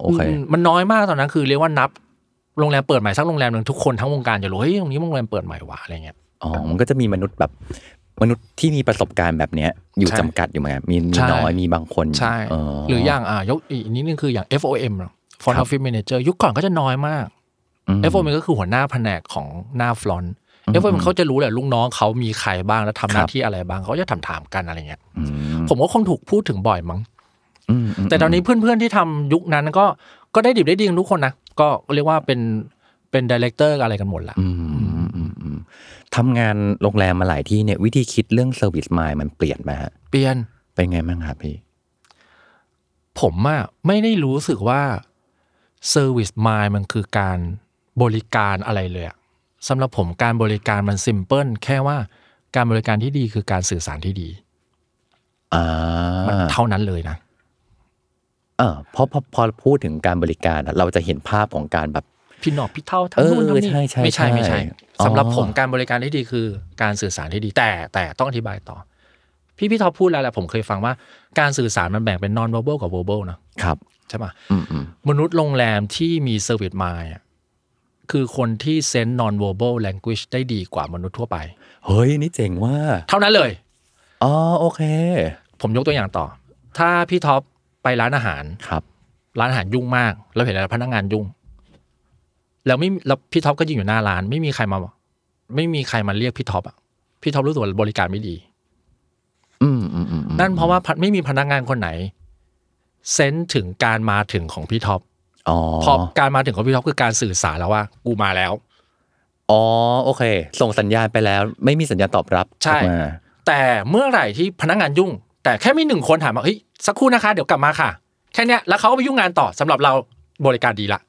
Speaker 2: โอเค
Speaker 3: อืมมันน้อยมากตอนนั้นคือเรียกว่านับโรงแรมเปิดใหม่สักโรงแรมหนึ่งทุกคนทั้งวงการจะรู้เฮ้ยตรงนี้โรงแรมเปิดใหม่ว่ะอะไรเงี้ย
Speaker 2: อ๋อ มันก็จะมีมนุษย์แบบมนุษย์ที่มีประสบการณ์แบบเนี้ย อยู่
Speaker 3: ใช่
Speaker 2: จำกัดอยู่เหมือนกันมีมี
Speaker 3: ใช่
Speaker 2: น้อยมีบางคน
Speaker 3: ใช่ หรืออย่างอ่ะยกอีกนิดนึงคืออย่าง FOM เนอะ Front Office Manager ยุคก่อนก็จะน้อยมาก
Speaker 2: ม
Speaker 3: FOM ก็คือหัวหน้าแผนกของหน้าฟลอน
Speaker 2: อืม
Speaker 3: FOM เขาจะรู้แหละลูกน้องเขามีใครบ้างแล้วทำห
Speaker 2: ค
Speaker 3: น้า
Speaker 2: รับ
Speaker 3: ที่อะไรบ้างเขาจะถามถามๆกันอะไรเงี้ย
Speaker 2: อื
Speaker 3: ผมก็คงถูกพูดถึงบ่อยมั้ง
Speaker 2: อืมม
Speaker 3: แต่ตอนนี้เพื่อนๆที่ทำยุคนั้นก็ก็ได้ดิบได้ดีกันทุกคนนะก็เรียกว่าเป็นเป็นดีเลกเตอร์อะไรกันหมดละ
Speaker 2: อืมอืมอืมอืมทำงานโรงแรมมาหลายที่เนี่ย วิธีคิดเรื่องเซอร์วิสมายมันเปลี่ยนไหมฮะ
Speaker 3: เปลี่ยน
Speaker 2: เป็นไงบ้างครับพี่
Speaker 3: ผมอะไม่ได้รู้สึกว่า Service Mind มันคือการบริการอะไรเลยอะสำหรับผมการบริการมัน s ิมเพิลแค่ว่าการบริการที่ดีคือการสื่อสารที่ดี
Speaker 2: อ่า
Speaker 3: มันเท่านั้นเลยนะ
Speaker 2: เออเพราะพอพอพูดถึงการบริการอะเราจะเห็นภาพของการแบบ
Speaker 3: พี่หนอกพี่เท่าทั้งนู่น
Speaker 2: เอ
Speaker 3: ทั้
Speaker 2: อง
Speaker 3: นี่
Speaker 2: ใช่ใช่
Speaker 3: ไม่ใช่ไม่ใช่
Speaker 2: ใช่อ๋อ
Speaker 3: สำหรับผมการบริการที่ดีคือการสื่อสารที่ดีแต่แต่ต้องอธิบายต่อ พี่พี่ท็อปพูดแล้วแหละผมเคยฟังว่าการสื่อสารมันแบ่งเป็น non verbal กับ verbal เนอะ
Speaker 2: ครับ
Speaker 3: ใช่ปะ
Speaker 2: อืมอืม
Speaker 3: มนุษย์โรงแรมที่มีเซอร์วิสมายคือคนที่เซน non verbal language ได้ดีกว่ามนุษย์ทั่วไป
Speaker 2: เฮ้ยนี่เจ๋งว่า
Speaker 3: เท่านั้นเลย
Speaker 2: อ๋อโอเค
Speaker 3: ผมยกตัวอย่างต่อ ถ้าพี่ท็อปไปร้านอาหาร
Speaker 2: ครับ
Speaker 3: ร้านอาหารยุ่งมาก แล้วเห็นแล้วพนักงานยุ่ง แล้วไม่แล้วพี่ท็อปก็ยืนอยู่หน้าร้าน ไม่มีใครมา ไม่มีใครมาเรียกพี่ท็อปอ่ะพี่ท็อปรู้สึกว่าบริการไม่ดี
Speaker 2: อืมอืมอืมอืม
Speaker 3: นั่นเพราะว่าพะไม่มีพนักงานคนไหน เซนถึงการมาถึงของพี่ท็อป
Speaker 2: อ๋อ
Speaker 3: พอการมาถึงของพี่ท็อปคือการสื่อสารแล้วว่า กูมาแล้ว
Speaker 2: อ๋อโอเค ส่งสัญญาณไปแล้ว ไม่มีสัญญาณตอบรับ
Speaker 3: ใช่
Speaker 2: ออกมา
Speaker 3: แต่เมื่อไหร่ที่พนักงานยุ่ง แต่แค่มีหนึ่งคนถามว่าเฮ้ยสักครู่นะคะ เดี๋ยวกลับมาค่ะ แค่เนี้ยแล้วเขาก็ไปยุ่งงานต่อสำหรับเราบริการดีละ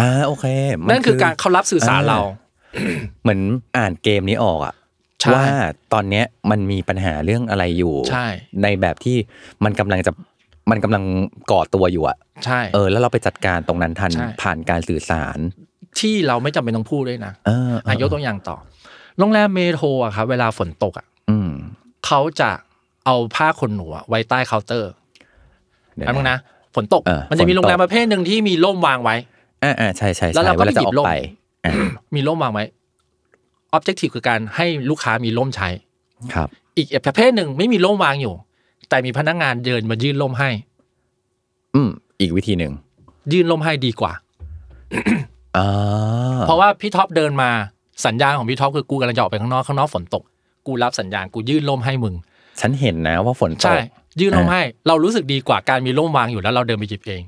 Speaker 2: อ่าโอเคมั
Speaker 3: นั่นคือการเขารับสื่อสาร
Speaker 2: อ่า
Speaker 3: เรา
Speaker 2: เหมือนอ่านเกมนี้ออกอะ
Speaker 3: ใช่
Speaker 2: ว่าตอนเนี้ยมันมีปัญหาเรื่องอะไรอยู่
Speaker 3: ใช่
Speaker 2: ในแบบที่มันกำลังจะมันกำลังก่อตัวอยู่อะ
Speaker 3: ใช่
Speaker 2: เออ แล้วเราไปจัดการตรงนั้นทัน
Speaker 3: ใช่
Speaker 2: ผ่านการสื่อสาร
Speaker 3: ที่เราไม่จำเป็นต้องพูดด้วยนะ
Speaker 2: เออเอ
Speaker 3: อ่ะ
Speaker 2: อย
Speaker 3: กตัวอย่างต่อ โรงแรมเมโทรอะครับเวลาฝนตกอะ
Speaker 2: อืม
Speaker 3: เขาจะเอาผ้าขนหนูอะไว้ใต้เคาน์เตอร์
Speaker 2: เดี๋ยว
Speaker 3: อันนึงนะฝนตก
Speaker 2: เออ
Speaker 3: มันจะมี
Speaker 2: ฝนตก
Speaker 3: โรงแรมประเภทหนึ่งที่มีร่มวางไว้
Speaker 2: อ่าอ่าใช่ใช่
Speaker 3: แล้ว
Speaker 2: ใช่
Speaker 3: เราก็
Speaker 2: เวลาจะออก
Speaker 3: ไปหยิบร่ม
Speaker 2: ไปอ่ะ
Speaker 3: มีร่มวางไว้ objective คือการให้ลูกค้ามีร่มใช้
Speaker 2: ครับ
Speaker 3: อีกประเภทหนึ่งไม่มีร่มวางอยู่ แต่มีพนักงานเดินมายื่นร่มให้
Speaker 2: อืมอีกวิธีหนึ่ง
Speaker 3: ยื่นร่มให้ดีกว่า
Speaker 2: อ่า
Speaker 3: เพราะว่าพี่ท็อปเดินมาสัญญาณของพี่ท็อปคือกูกำลังจะออกไปข้างนอกข้างนอกฝนตก กูรับสัญญาณกูยื่นร่มให้มึง
Speaker 2: ฉันเห็นนะว่าฝนต
Speaker 3: ใช่
Speaker 2: ก
Speaker 3: ยื่นร่ม
Speaker 2: อ่า
Speaker 3: ให้ เรารู้สึกดีกว่าการมีร่มวางอยู่แล้วเราเดินไปหยิบเอง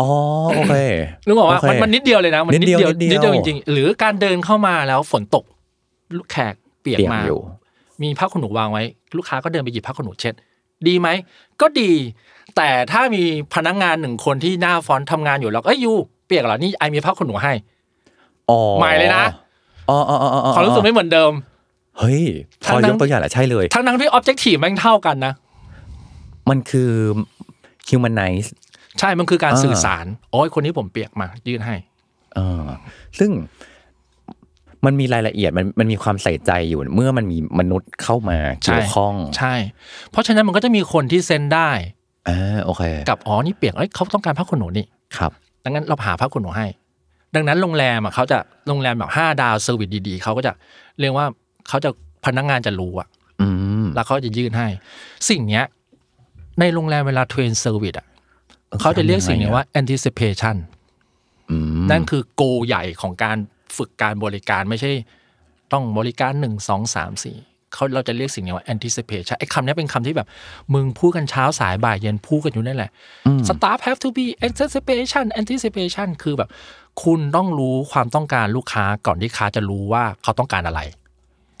Speaker 2: อ๋อโอเค
Speaker 3: [coughs] นึกออกว่า
Speaker 2: โเค
Speaker 3: มันมันนิดเดียวเลยนะ มัน
Speaker 2: นิดเดียวนิดเดียว
Speaker 3: นิดเดียวจริงๆ หรือการเดินเข้ามาแล้วฝนตกลูกแขกเปียก
Speaker 2: เปียก
Speaker 3: มา
Speaker 2: อยู่
Speaker 3: มีผ้าขนหนูวางไว้ ลูกค้าก็เดินไปหยิบผ้าขนหนูเช็ด ดีไหม ก็ดี แต่ถ้ามีพนักงานหนึ่งคนที่หน้าฟอนต์ทำงานอยู่แล้วเอ้ยยูเปียกเหรอนี่ไอมีผ้าขนหนูให้
Speaker 2: อ๋อ
Speaker 3: ใหม่เลยนะ
Speaker 2: อ๋ออ๋ออ๋ออ๋อ
Speaker 3: ความรู้สึกไม่เหมือนเดิม
Speaker 2: เฮ้ยพ
Speaker 3: ทั้
Speaker 2: อง
Speaker 3: ๆ
Speaker 2: ยกตัวอย่างแหละใช่เลย
Speaker 3: ทั้งนั้นที่ออบเจกตีฟแม่งเท่ากันนะ
Speaker 2: มันคือ humanize
Speaker 3: ใช่มันคือการ
Speaker 2: อ่า
Speaker 3: สื่อสารโอ้ยคนนี้ผมเปียกมายื่นให้
Speaker 2: เออซึ่งมันมีรายละเอียดมันมันมีความใส่ใจอยู่ เมื่อมันมีมนุษย์เข้ามา
Speaker 3: ใช่
Speaker 2: เกี่ยวข้อง
Speaker 3: ใช่ เพราะฉะนั้นมันก็จะมีคนที่เซ็นได้
Speaker 2: อ่าโอเค
Speaker 3: กับอ๋อนี่เปียกเอ้ยเขาต้องการผ้าขนหนูนี่
Speaker 2: ครับ
Speaker 3: ดังนั้นเราหาผ้าขนหนูให้ ดังนั้นโรงแรมอ่ะเขาจะโรงแรมแบบห้าดาวเซอร์วิสดีๆเขาก็จะเรียกว่าเขาจะพนักงานจะรู้อะ
Speaker 2: อืม
Speaker 3: แล้วเขาจะยื่นให้ สิ่งเนี้ย ในโรงแรมเวลาเทรนเซอร์วิสอ่ะเขาจะเรียกสิ่งนี้ว่า anticipation
Speaker 2: อืม
Speaker 3: นั่นคือ goal ใหญ่ของการฝึกการบริการไม่ใช่ ต้องบริการหนึ่งสองสามสี่เขาเราจะเรียกสิ่งนี้ว่า anticipation ไอ้คำนี้เป็นคำที่แบบ มึงพูดกันเช้าสายบ่ายเย็นพูดกันอยู่นั่นแหละ staff have to be anticipation anticipation คือแบบ คุณต้องรู้ความต้องการลูกค้าก่อนที่ค้าจะรู้ว่าเขาต้องการอะไร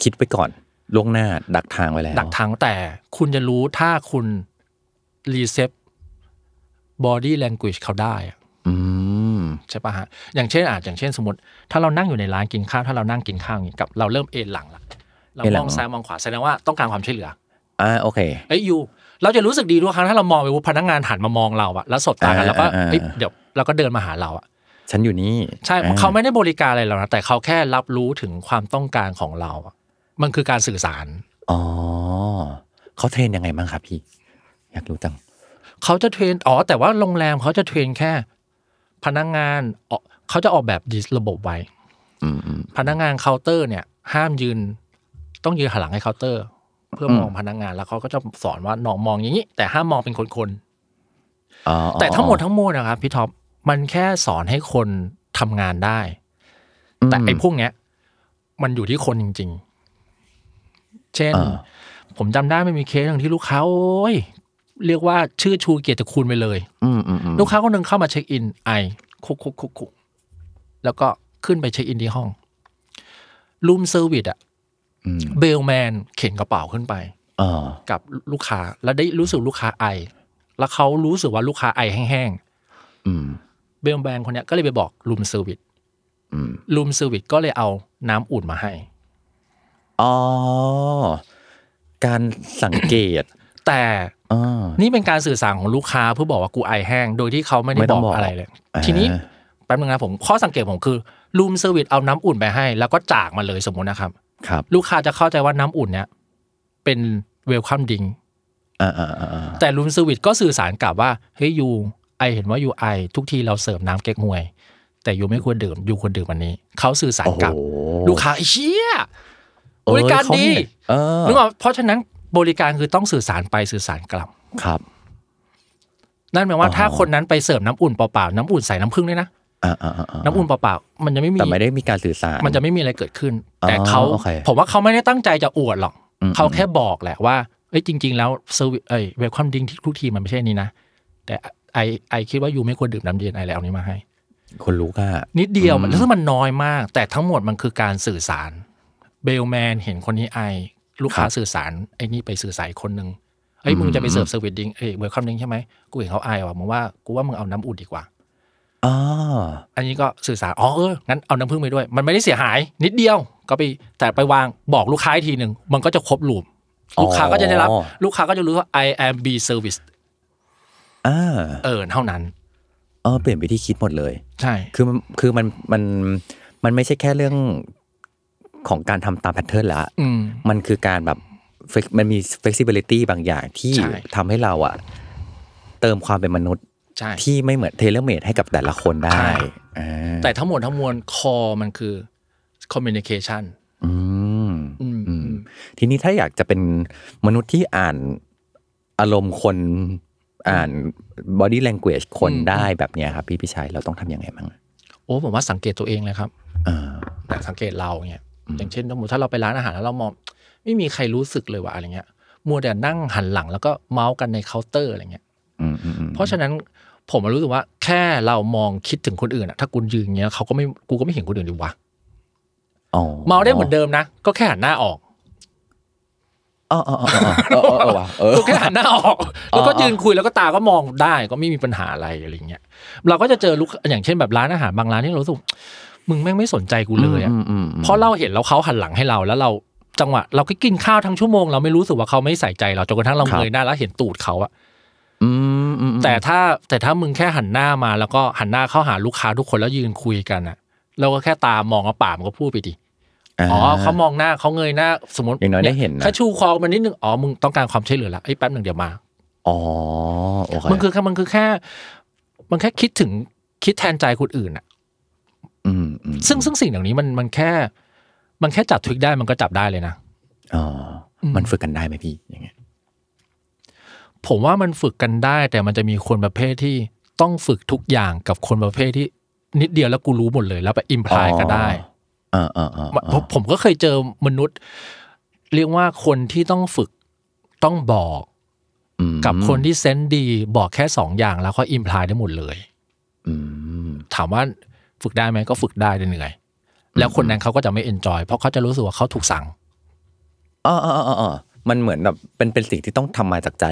Speaker 2: คิดไปก่อนล่วงหน้าดักทางไว้แล้ว
Speaker 3: ดักทางแต่คุณจะรู้ถ้าคุณรีเซฟบอดี้แลง a g e เขาได้อะ
Speaker 2: อืม
Speaker 3: ใช่ปะฮะ อย่างเช่นอาจอย่างเช่นสมมติ ถ้าเรานั่งอยู่ในร้านกินข้าว ถ้าเรานั่งกินข้าวอย่างนี้กับเราเริ่มเอนหลังละเรา
Speaker 2: เอนหลั
Speaker 3: ม
Speaker 2: ง
Speaker 3: องซ้ายมองขวาแสดงว่าต้องการความช่วยเหลือ
Speaker 2: อ่าโอเค
Speaker 3: เอ้ยยูเราจะรู้สึกดีทุกครั้งถ้าเรามองไปว่าพนักงานหันมามองเราอะแล้วสบตากัน
Speaker 2: อ่า
Speaker 3: แล้วก็
Speaker 2: อ่า
Speaker 3: เอ้ยเดี๋ยวเราก็เดินมาหาเราอะ
Speaker 2: ฉันอยู่นี่
Speaker 3: ใช่
Speaker 2: อ่
Speaker 3: เขาไม่ได้บริการอะไรเรานะแต่เขาแค่รับรู้ถึงความต้องการของเราอะมันคือการสื่อสาร
Speaker 2: อ๋อเขาเทรนยังไงบ้างครับพี่ อยากรู้จัง
Speaker 3: เขาจะเทรน อ๋อ แต่ว่าโรงแรมเขาจะเทรนแค่พนักงานออกเขาจะออกแบบดิสระบบไว้
Speaker 2: อืมอืม
Speaker 3: พนักงานเคาน์เตอร์เนี่ย ห้ามยืน ต้องยืนหันหลังให้เคาน์เตอร์ เพื่ออ
Speaker 2: ม
Speaker 3: มองพนักงานแล้วเขาก็จะสอนว่าน้องมองอย่างนี้ แต่ห้ามมองเป็นคน
Speaker 2: อ๋ออ๋อ
Speaker 3: ๆแต่ทั้งหมดทั้งมวลนะครับพี่ท็อปมันแค่สอนให้คนทำงานได้
Speaker 2: ม
Speaker 3: แต่ไอ้พวกเนี้ย มันอยู่ที่คนจริง ๆ เช่น
Speaker 2: อ่า
Speaker 3: ผมจำได้ไม่มีเคสหนึ่งที่ลูกค้าโอ้ยเรียกว่าชื่อชูเกียรติคุณไปเลย
Speaker 2: อืมอืมอืม
Speaker 3: ลูกค้าคนหนึ่งเข้ามาเช็คอิน ไอคุกคุกคุกคุกแล้วก็ขึ้นไปเช็คอินที่ห้องรูมเซอร์วิสอะ
Speaker 2: อืม
Speaker 3: เบลแมนเข็นกระเป๋าขึ้นไป
Speaker 2: อ่า
Speaker 3: กับลูกค้า แล้วได้รู้สึกลูกค้าไอ แล้วเขารู้สึกว่าลูกค้าไอแห้ง
Speaker 2: อืม
Speaker 3: ๆเบลแมนคนเนี้ยก็เลยไปบอกรูมเซอร์วิส
Speaker 2: อืม
Speaker 3: รูมเซอร์วิสก็เลยเอาน้ำอุ่นมาให้
Speaker 2: อ๋อการสังเกต
Speaker 3: แต่
Speaker 2: อ่า
Speaker 3: นี่เป็นการสื่อสารของลูกค้าเพื่อบอกว่ากูไอแห้ง โดยที่เขาไม่ได้
Speaker 2: ไม่ต้อ
Speaker 3: บอง ก
Speaker 2: บอก
Speaker 3: อะไรเลย
Speaker 2: อ่า
Speaker 3: ทีนี้แป๊บนึงนะผมข้อสังเกตผมคือรูมเซอร์วิสเอาน้ำอุ่นไปให้ แล้วก็จากมาเลยสมมุตินะครับ
Speaker 2: ครับ
Speaker 3: ลูกค้าจะเข้าใจว่าน้ำอุ่นเนี่ยเป็นเวลคัมดิง
Speaker 2: อ่าอ่าอ่าอ่า
Speaker 3: แต่รูมเซอร์วิสก็สื่อสารกลับว่า เฮ้ยยูไอเห็นว่ายูไอทุกทีเราเสิร์ฟน้ำเก๊กฮวย แต่ยูไม่ควรดื่มยูควรดื่มอันนี้ เขาสื่อสาร
Speaker 2: โอ้โห
Speaker 3: กลับ ลูกค้าไอ้เชี่ย
Speaker 2: เอ้ย
Speaker 3: บริการ
Speaker 2: เข
Speaker 3: ดี
Speaker 2: เนี่ยเออ
Speaker 3: นึกออกเพราะฉะนั้นบริการคือต้องสื่อสารไปสื่อสารกลับ
Speaker 2: ครับ
Speaker 3: นั่นหมายว่า
Speaker 2: อ๋อ
Speaker 3: ถ้าคนนั้นไปเสิร์ฟน้ำอุ่นเปล่าๆน้ำอุ่นใส่น้ำผึ้งด้วยนะ
Speaker 2: อ่าอ่าอ่าา
Speaker 3: น้ำอุ่นเปล่าๆมันจะไม่มี
Speaker 2: แต่ไม่ได้มีการสื่อสาร
Speaker 3: มันจะไม่มีอะไรเกิดขึ้น
Speaker 2: อ๋อ
Speaker 3: แต่เขา
Speaker 2: โอเค
Speaker 3: ผมว่าเขาไม่ได้ตั้งใจจะอวดหรอก
Speaker 2: อืม
Speaker 3: เขาแค่บอกแหละว่าเอ้ยจริง ๆ แล้วเซอร์วิเอ้ยเวลความดิงที่ทุกทีมันไม่ใช่นี้นะ แต่ไอไอคิดว่ายูไม่ควรดื่มน้ำเย็นไอแล้วเอานี้มาให้
Speaker 2: คนรู้อ่ะ
Speaker 3: นิดเดียว
Speaker 2: อืม
Speaker 3: แล้วซึ่งมันน้อยมาก แต่ทั้งหมดมันคือการสื่อสาร เบลแมนเห็นคนนี้ไอ ลูกค้าสื่อสารไอ้นี่ไปสื่อสารอีกคนนึงเอ้ยมึงจะไปเสิร์ฟเซอร์วิสดิงเอ้ยเวลความดิงใช่ไหมกูเห็นเขาไอว่ะมึงว่ากูว่ามึงเอาน้ำอุ่นดีกว่า
Speaker 2: อ๋อ
Speaker 3: อันนี้ก็สื่อสาร อ๋อเออ งั้นเอาน้ำผึ้งไปด้วย มันไม่ได้เสียหาย นิดเดียว ก็ไป แต่ไปวางบอกลูกค้าอีกทีหนึ่ง มันก็จะครบลูปลูกค้าก็จะได้รับ ลูกค้าก็จะรู้ว่า I am B service
Speaker 2: อ่า
Speaker 3: เออ เท่านั้น
Speaker 2: เออเปลี่ยนวิธีคิดหมดเลย
Speaker 3: ใช่
Speaker 2: คือมันคือมันมันมันไม่ใช่แค่เรื่องของการทำตามแพทเทิร์นละ
Speaker 3: อืม
Speaker 2: มันคือการแบบ flex- มันมี flexibility บางอย่างที่
Speaker 3: ใช่
Speaker 2: ทำให้เราอะเติมความเป็นมนุษย์
Speaker 3: ใช่
Speaker 2: ที่ไม่เหมือนเทเลเมดให้กับแต่ละคนได้
Speaker 3: ใช่
Speaker 2: อ่า
Speaker 3: แต่ทั้งหมดทั้งมวล core มันคือ communication
Speaker 2: อืม
Speaker 3: อืม
Speaker 2: อืม
Speaker 3: อืม
Speaker 2: ทีนี้ถ้าอยากจะเป็นมนุษย์ที่อ่านอารมณ์คนอ่าน body language คน
Speaker 3: อืม
Speaker 2: ได้แบบเนี้ยครับพี่พิชัยเราต้องทำยังไงบ้าง
Speaker 3: โอ้ ผมว่าสังเกตตัวเองเลยครับ
Speaker 2: อ่า
Speaker 3: แต่สังเกตเราเนี่ย
Speaker 2: อืม
Speaker 3: อย่างเช่นสมมติถ้าเราไปร้านอาหารแล้วเรามอง ไม่มีใครรู้สึกเลยว่าอะไรเงี้ย มัวแต่นั่งหันหลังแล้วก็เมาส์กันในเคาน์เตอร์อะไรเงี้ย
Speaker 2: อืมอืมอืม
Speaker 3: เพราะฉะนั้นผมรู้สึกว่าแค่เรามองคิดถึงคนอื่นอะถ้ากูยืนอย่างเงี้ยเขาก็ไม่กูก็ไม่เห็นคนอื่นดีวะ
Speaker 2: อ๋อ
Speaker 3: เมาได้เหมือนเดิมนะ ก็แค่หันหน้าออก
Speaker 2: อ๋ออ๋ออ๋ออ๋อเออเออว่ะเออ
Speaker 3: ก็แค่หันหน้าออก แล้วก็
Speaker 2: อ๋อ
Speaker 3: ยืนคุยแล้วก็ตาก็มองได้ก็ไม่มีปัญหาอะไรอะไรเงี้ยเราก็จะเจอลูกอย่างเช่นแบบร้านอาหารบางร้านที่เรารู้สึกมึงแม่งไม่สนใจกูเลยอะ
Speaker 2: มมม
Speaker 3: เพราะเราเห็นแล้วเขาหันหลังให้เราแล้วเราจังหวะ เราก็กินข้าวทั้งชั่วโมงเราไม่รู้สึกว่าเขาไม่ใส่ใจเราจนกระทั่งเราเงยหน้าแล้วเห็นตูดเขาอะ
Speaker 2: อืมอืมอืม
Speaker 3: แต่ถ้าแต่ถ้ามึงแค่หันหน้ามาแล้วก็หันหน้าเข้าหาลูกค้าทุกคนแล้วยืนคุยกันอะเราก็แค่ตามองแล้วปากมันก็พูดไปดิอ๋อเขามองหน้าเขาเงยหน้าสมมติ
Speaker 2: อย่างน้อยได้เห็นนะ
Speaker 3: ถ้าชูคอมันนิดนึงอ๋อมึงต้องการความช่วยเหลือละไอ้ยแป๊บหนึ่งเดี๋ยวมา
Speaker 2: อ๋อโอเค
Speaker 3: มันคือแค่มันคือแค่ มันแค่คิดถึงคิดแทนใจคนอื่นอะ
Speaker 2: อืมอืม
Speaker 3: ซึ่งซึ่งสิ่งเหล่านี้มันมันแค่ มันแค่จับทริกได้มันก็จับได้เลยนะ
Speaker 2: อ๋ออ
Speaker 3: ม
Speaker 2: มันฝึกกันได้ไหมพี่อย่างเงี้ย
Speaker 3: ผมว่ามันฝึกกันได้ แต่มันจะมีคนประเภทที่ต้องฝึกทุกอย่างกับคนประเภทที่นิดเดียวแล้วกูรู้หมดเลยแล้วไปอิมพลายก็ได้
Speaker 2: อ อ่าอ่าอ่า
Speaker 3: ผมผมก็เคยเจอมนุษย์ เรียกว่าคนที่ต้องฝึกต้องบอก
Speaker 2: อืม
Speaker 3: กับคนที่เซนส์ดีบอกแค่สองอย่างแล้วก็อิมพลายได้หมดเลย
Speaker 2: อืม
Speaker 3: ถามว่าฝึกได้ไหมก็ฝึกได้แต่เหนื่อยแล้วคนนั้นเขาก็จะไม่เอนจอยเพราะเขาจะรู้สึกว่าเขาถูกสั่ง
Speaker 2: อ่าอ่าอ่าอ่ามันเหมือนแบบเป็นเป็นสิ่งที่ต้องทำมาจากใจ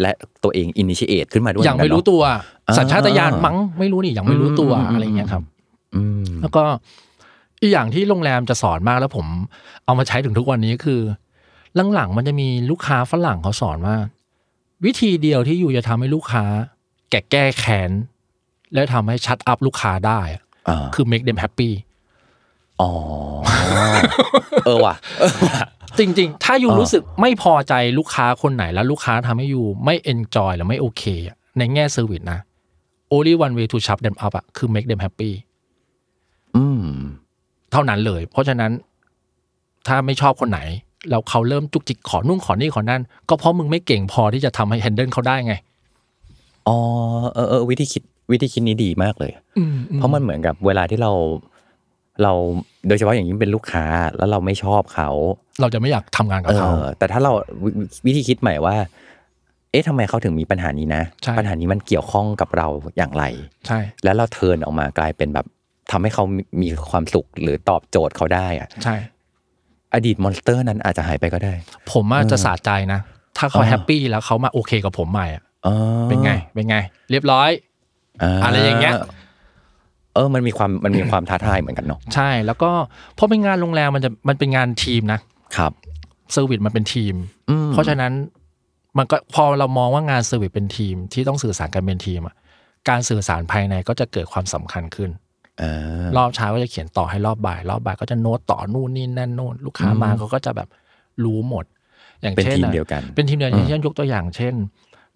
Speaker 2: และตัวเองอินิชิเอตขึ้นมาด้วย
Speaker 3: ยัง
Speaker 2: เห
Speaker 3: ไม่
Speaker 2: นกัน
Speaker 3: รู้
Speaker 2: เนาะ
Speaker 3: ตัว
Speaker 2: อ่า
Speaker 3: สัญชาตญาณมั้งไม่รู้นี่ยังไม่รู้ตัว
Speaker 2: อืมอืมอืม
Speaker 3: อะไรเงี้ยครับ
Speaker 2: อืม
Speaker 3: แล้วก็อีกอย่างที่โรงแรมจะสอนมากแล้วผมเอามาใช้ถึงทุกวันนี้คือหลังๆมันจะมีลูกค้าฝรั่งเขาสอนว่า วิธีเดียวที่อยู่จะทำให้ลูกค้า แก้แก้แค้นและทำให้ชัดอัพลูกค้าได้อะ
Speaker 2: อ่า
Speaker 3: คือ make them happy
Speaker 2: อ๋อเออว่ะเออว่ะ
Speaker 3: จริงๆ ถ้าอยู่
Speaker 2: อ่ารู้
Speaker 3: รู้สึกไม่พอใจลูกค้าคนไหนแล้วลูกค้าทำให้อยู่ไม่ enjoy หรือไม่โอเคอะในแง่เซอร์วิสนะ only one way to shut them up อะคือ make them happy
Speaker 2: อืม
Speaker 3: เท่านั้นเลย เพราะฉะนั้นถ้าไม่ชอบคนไหน แล้วเขาเริ่มจุกจิกขอนู่นขอนี่ขอนั่น ก็เพราะมึงไม่เก่งพอที่จะทำให้แฮนเดิลเขาได้ไง
Speaker 2: อ๋อเออเออวิธีคิดวิธีคิดนี้ดีมากเลย เพราะมันเหมือนกับเวลาที่เรา เราโดยเฉพาะอย่างยิ่งเป็นลูกค้าแล้วเราไม่ชอบเขา
Speaker 3: เราจะไม่อยากทำงานกับเขา
Speaker 2: เออแต่ถ้าเราวิวิวิธีคิดใหม่ว่า เอ๊ะทำไมเขาถึงมีปัญหานี้นะ
Speaker 3: ใช่
Speaker 2: ปัญหานี้มันเกี่ยวข้องกับเราอย่างไร
Speaker 3: ใช่
Speaker 2: แล้วเราเทิร์นออกมากลายเป็นแบบทำให้เขามีมีความสุขหรือตอบโจทย์เขาได้อะ
Speaker 3: ใช่
Speaker 2: อดีตมอนสเตอร์นั้นอาจจะหายไปก็ได้
Speaker 3: ผมอาจจะสะใจนะ ถ้าเขา
Speaker 2: อ่า
Speaker 3: แฮปปี้แล้วเขามาโอเคกับผมใหม่อะ
Speaker 2: อ๋อ
Speaker 3: เป็นไง เป็นไง เรียบร้อย อะไรอย่างเงี้ย
Speaker 2: เออมันมีความมันมีความท้าทายเหมือนกันเนาะ
Speaker 3: ใช่แล้วก็เพราะเป็นงานโรงแรมมันจะมันเป็นงานทีมนะครับ เซอร์วิสมันเป็นทีม
Speaker 2: อืม
Speaker 3: เพราะฉะนั้นมันก็พอเรามองว่างานเซอร์วิสเป็นทีมที่ต้องสื่อสารกันเป็นทีมอะการสื่อสารภายในก็จะเกิดความสำคัญขึ้น
Speaker 2: เออ
Speaker 3: รอบเช้าก็จะเขียนต่อให้รอบบ่าย รอบบ่ายก็จะโน้ตต่อนู่นนี่นั่นโน่นลูกค้า
Speaker 2: อืม
Speaker 3: มาเขาก็จะแบบรู้หมด อย่าง
Speaker 2: เป็น
Speaker 3: เช่น
Speaker 2: ทีม
Speaker 3: อะ
Speaker 2: เดียวกัน
Speaker 3: เป็นทีมเดียวอย่างเช่นยกตัวอย่างเช่น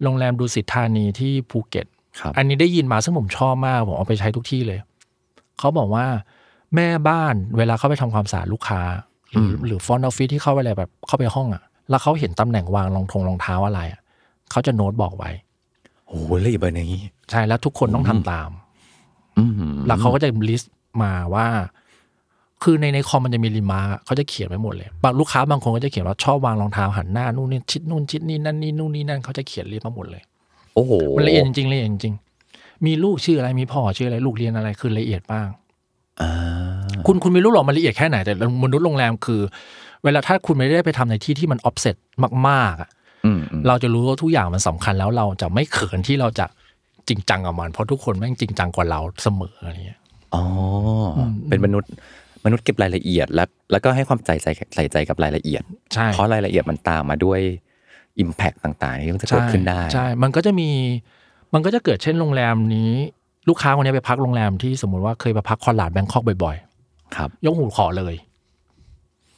Speaker 3: โรงแรมดูสิทธานีที่ภูเก็ต
Speaker 2: ครับ
Speaker 3: อันนี้ได้ยินมาซึ่งผมชอบมากผมเอาไปใช้ทุกที่เลย เขาบอกว่าแม่บ้านเวลาเข้าไปทำความสะอาดลูกค้า หรือหรือฟอนต์ออฟฟิศที่เข้าไปอะไรแบบเข้าไปห้องอ่ะ แล้วเขาเห็นตำแหน่งวางรองทงรองเท้าอะไรอ่ะเขาจะโน้ตบอกไว้
Speaker 2: โอ้โหเลยแบบนี้
Speaker 3: ใช่แล้วทุกคนต้องทำตาม
Speaker 2: อืม
Speaker 3: แล้วเขาก็จะลิสต์มาว่า คือในในคอมมันจะมีรีมาร์คอะเขาจะเขียนไว้หมดเลย บางลูกค้าบางคนก็จะเขียนว่าชอบวางรองเท้าหันหน้านู่นนี่ชิดนู่นชิดนี่นั่นนี่นู่นนี่นั่นเขาจะเขียนรีมาหมดเลย
Speaker 2: โอ้โห
Speaker 3: มันละเอียดจริงละเอียดจริง มีลูกชื่ออะไรมีพ่อชื่ออะไรลูกเรียนอะไรคือละเอียดมาก
Speaker 2: อ่า
Speaker 3: คุณคุณไม่รู้หรอกมันละเอียดแค่ไหนแต่มนุษย์โรงแรมคือ เวลาถ้าคุณไม่ได้ไปทำในที่ที่มันออฟเซ็ตมากๆอะ
Speaker 2: อืมอืม
Speaker 3: เราจะรู้ว่าทุกอย่างมันสำคัญแล้วเราจะไม่เขินที่เราจะจริงจังกับมันเพราะทุกคนแม่งจริงจังกว่าเราเสมออะไรเงี้ย
Speaker 2: อ๋ออ
Speaker 3: ม
Speaker 2: เป็นมนุษย์มนุษย์เก็บรายละเอียดแล้ว แล้วก็ให้ความใส่ใจใส่ใจกับรายละเอียด
Speaker 3: ใช่
Speaker 2: เพราะรายละเอียดมันตามมาด้วย Impact ต่างๆที่ต้องจะเกิดขึ้นได้
Speaker 3: ใช่ มันก็จะมี มันก็จะเกิดเช่นโรงแรมนี้ ลูกค้าคนนี้ไปพักโรงแรมที่สมมติว่าเคยไปพักคอนหลาดแบงคอกบ่อย
Speaker 2: ครับ
Speaker 3: ๆ ยกหูขอเลย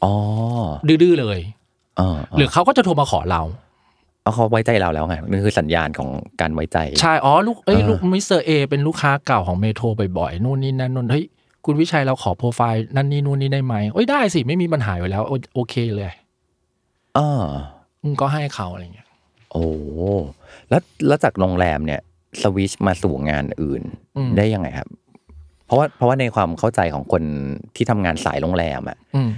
Speaker 2: อ๋อ
Speaker 3: ดื้อๆเลย
Speaker 2: เออ
Speaker 3: หรือเขาก็จะโทรมาขอเรา
Speaker 2: เอาเขาไว้ใจเราแล้วไงนี่คือสัญญาณของการไว้ใจ
Speaker 3: ใช่ อ๋อ ลูก เอ้ย
Speaker 2: อ่า
Speaker 3: ลูกมิสเตอร์เอเป็นลูกค้าเก่าของเมโทรบ่อยๆ นู่นนี่นั่นนู่น เฮ้ย คุณวิชัยเราขอโปรไฟล์นั่นนี่นู่นนี่ได้ไหมเอ้ย ได้สิ ไม่มีปัญหาอยู่แล้ว โอโอเคเลย
Speaker 2: เออ
Speaker 3: อืมก็ให้เขาอะไรเงี้ย
Speaker 2: โอ้แล้วแล้วจากโรงแรมเนี่ยสวิชมาสู่งานอื่น
Speaker 3: อืม
Speaker 2: ได้ยังไงครับ เพราะว่าเพราะว่าในความเข้าใจของคนที่ทำงานสายโรงแรมอ่ะ
Speaker 3: อืม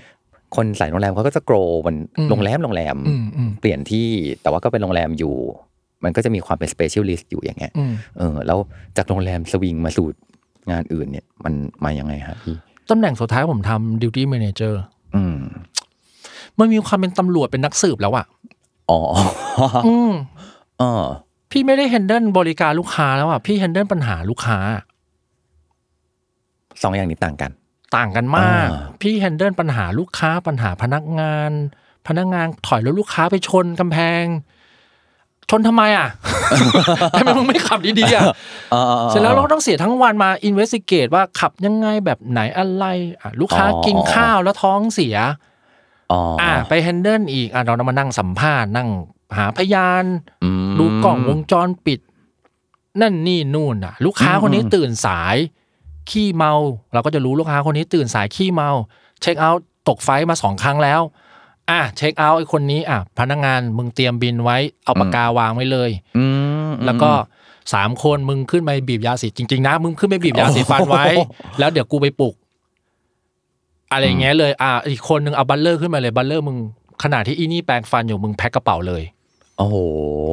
Speaker 2: คนสายโรงแรมเขาก็จะโกรมัน
Speaker 3: อืม
Speaker 2: โรงแรมโรงแรม
Speaker 3: อืมอืม
Speaker 2: เปลี่ยนที่แต่ว่าก็เป็นโรงแรมอยู่ มันก็จะมีความเป็น specialist อยู่อย่างเงี้ย
Speaker 3: อืม
Speaker 2: เออแล้วจากโรงแรมสวิงมาสู่งานอื่นเนี่ย มันมายังไงฮะพี่
Speaker 3: ตำแหน่งสุดท้ายผมทำดิวตี้แมเนเจอร์
Speaker 2: อืม
Speaker 3: มันมีความเป็นตำรวจเป็นนักสืบแล้วอะ
Speaker 2: อ๋อ [laughs]
Speaker 3: อืม
Speaker 2: เออ
Speaker 3: พี่ไม่ได้แฮนเดิลบริการลูกค้าแล้วอ่ะ พี่แฮนเดิลปัญหาลูกค้า
Speaker 2: สองอย่างนี้ต่างกัน
Speaker 3: ต่างกันมาก
Speaker 2: อ่า
Speaker 3: พี่แฮนเดิลปัญหาลูกค้าปัญหาพนักงาน พนักงานถอยแล้วลูกค้าไปชนกำแพง ชนทำไม
Speaker 2: [laughs]
Speaker 3: อ่ะ ทำไมมึงไม่ขับดีๆอ่ะ
Speaker 2: เออออออ
Speaker 3: เสร็จแล้วเราก็ต้องเสียทั้งวันมาอินเวสติเกตว่าขับยังไงแบบไหนอะไรอ่ะลูกค้า
Speaker 2: อ๋อ
Speaker 3: กินข้าวแล้วท้องเสีย
Speaker 2: อ๋ออ่า
Speaker 3: อ่ะไปแฮนเดิลอีกอ่ะเรามานั่งสัมภาษณ์นั่งหาพยาน
Speaker 2: อืม
Speaker 3: ดูกล่องวงจรปิด นั่นนี่นู่นอ่ะ ลูกค้าคนนี้
Speaker 2: อืม
Speaker 3: ตื่นสาย ขี้เมา เราก็จะรู้ลูกค้าคนนี้ตื่นสายขี้เมา เช็คเอาท์ตกไฟล์มาสองครั้งแล้ว อ่ะเช็คเอาท์ไอ้คนนี้อ่ะพนักงานมึงเตรียมบินไว้เอาปากกาวางไว้เลย
Speaker 2: อืม
Speaker 3: แล้วก็สามคนมึงขึ้นไปบีบยาสีจริงๆนะมึงขึ้นไปบีบยาสีฟันไว้ แล้วเดี๋ยวกูไปปลุก อะไรอย่างเงี้ยเลยอ่ะอีกคนนึงเอาบัลเลอร์ขึ้นมาเลยบัลเลอร์มึงขณะที่อีนี่แปรงฟันอยู่มึงแพ็คกระเป๋าเลย
Speaker 2: โอ้โห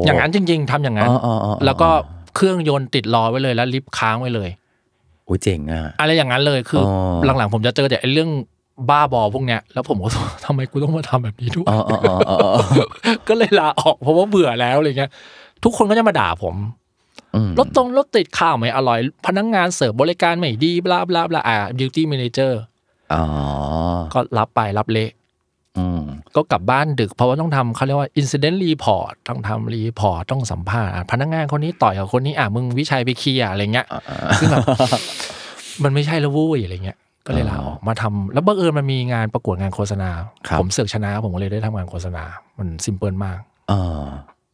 Speaker 3: อย่างนั้นจริง ๆทำอย่างนั้น
Speaker 2: อ๋ออ๋ออ๋อ
Speaker 3: แล้วก็เครื่องยนต์ติดล้อไว้เลยแล้วลิฟต์ค้างไว้เลย
Speaker 2: โอ้เจ๋งอ่ะ
Speaker 3: อะไรอย่างนั้นเลยคืออ
Speaker 2: อ
Speaker 3: หลังๆผมจะเจอแต่ไอ้เรื่องบ้าบอพวกเนี้ย [laughs] แล้วผมก็ ทำไมกูต้องมาทำแบบนี้ด้วย
Speaker 2: อ๋ออ๋ออ๋ออ๋ออ๋อ
Speaker 3: [laughs] ก็เลยลาออกเพราะว่าเบื่อแล้วอะไรเงี้ย ทุกคนก็จะมาด่าผม
Speaker 2: อืม
Speaker 3: รถตรงรถติดข้าวไม่อร่อย พนักงานเสิร์ฟบริการไม่ดีบลาบลาบลาอ่าบิวตี้ a ม a นเจอร์
Speaker 2: อ๋อ
Speaker 3: ก็รับไปรับเละ
Speaker 2: อืม
Speaker 3: ก็กลับบ้านดึกเพราะว่าต้องทำเขาเรียกว่า incident report ต้องทำ report ต้องสัมภาษณ์อ่ะพนักงานคนนี้ต่อยกับคนนี้อ่ะมึงวิชัยไปเคลียร์อะไรเงี้ยซึ่งแบบ มันไม่ใช่และวู้ยอะไรเงี้ยก็เลยลาออกมาทำแล้วบังเอิญมันมีงานประกวดงานโฆษณา ผมเสือกชนะ ผมก็เลยได้ทำงานโฆษณา มันซิมเพิลมาก
Speaker 2: อ๋อ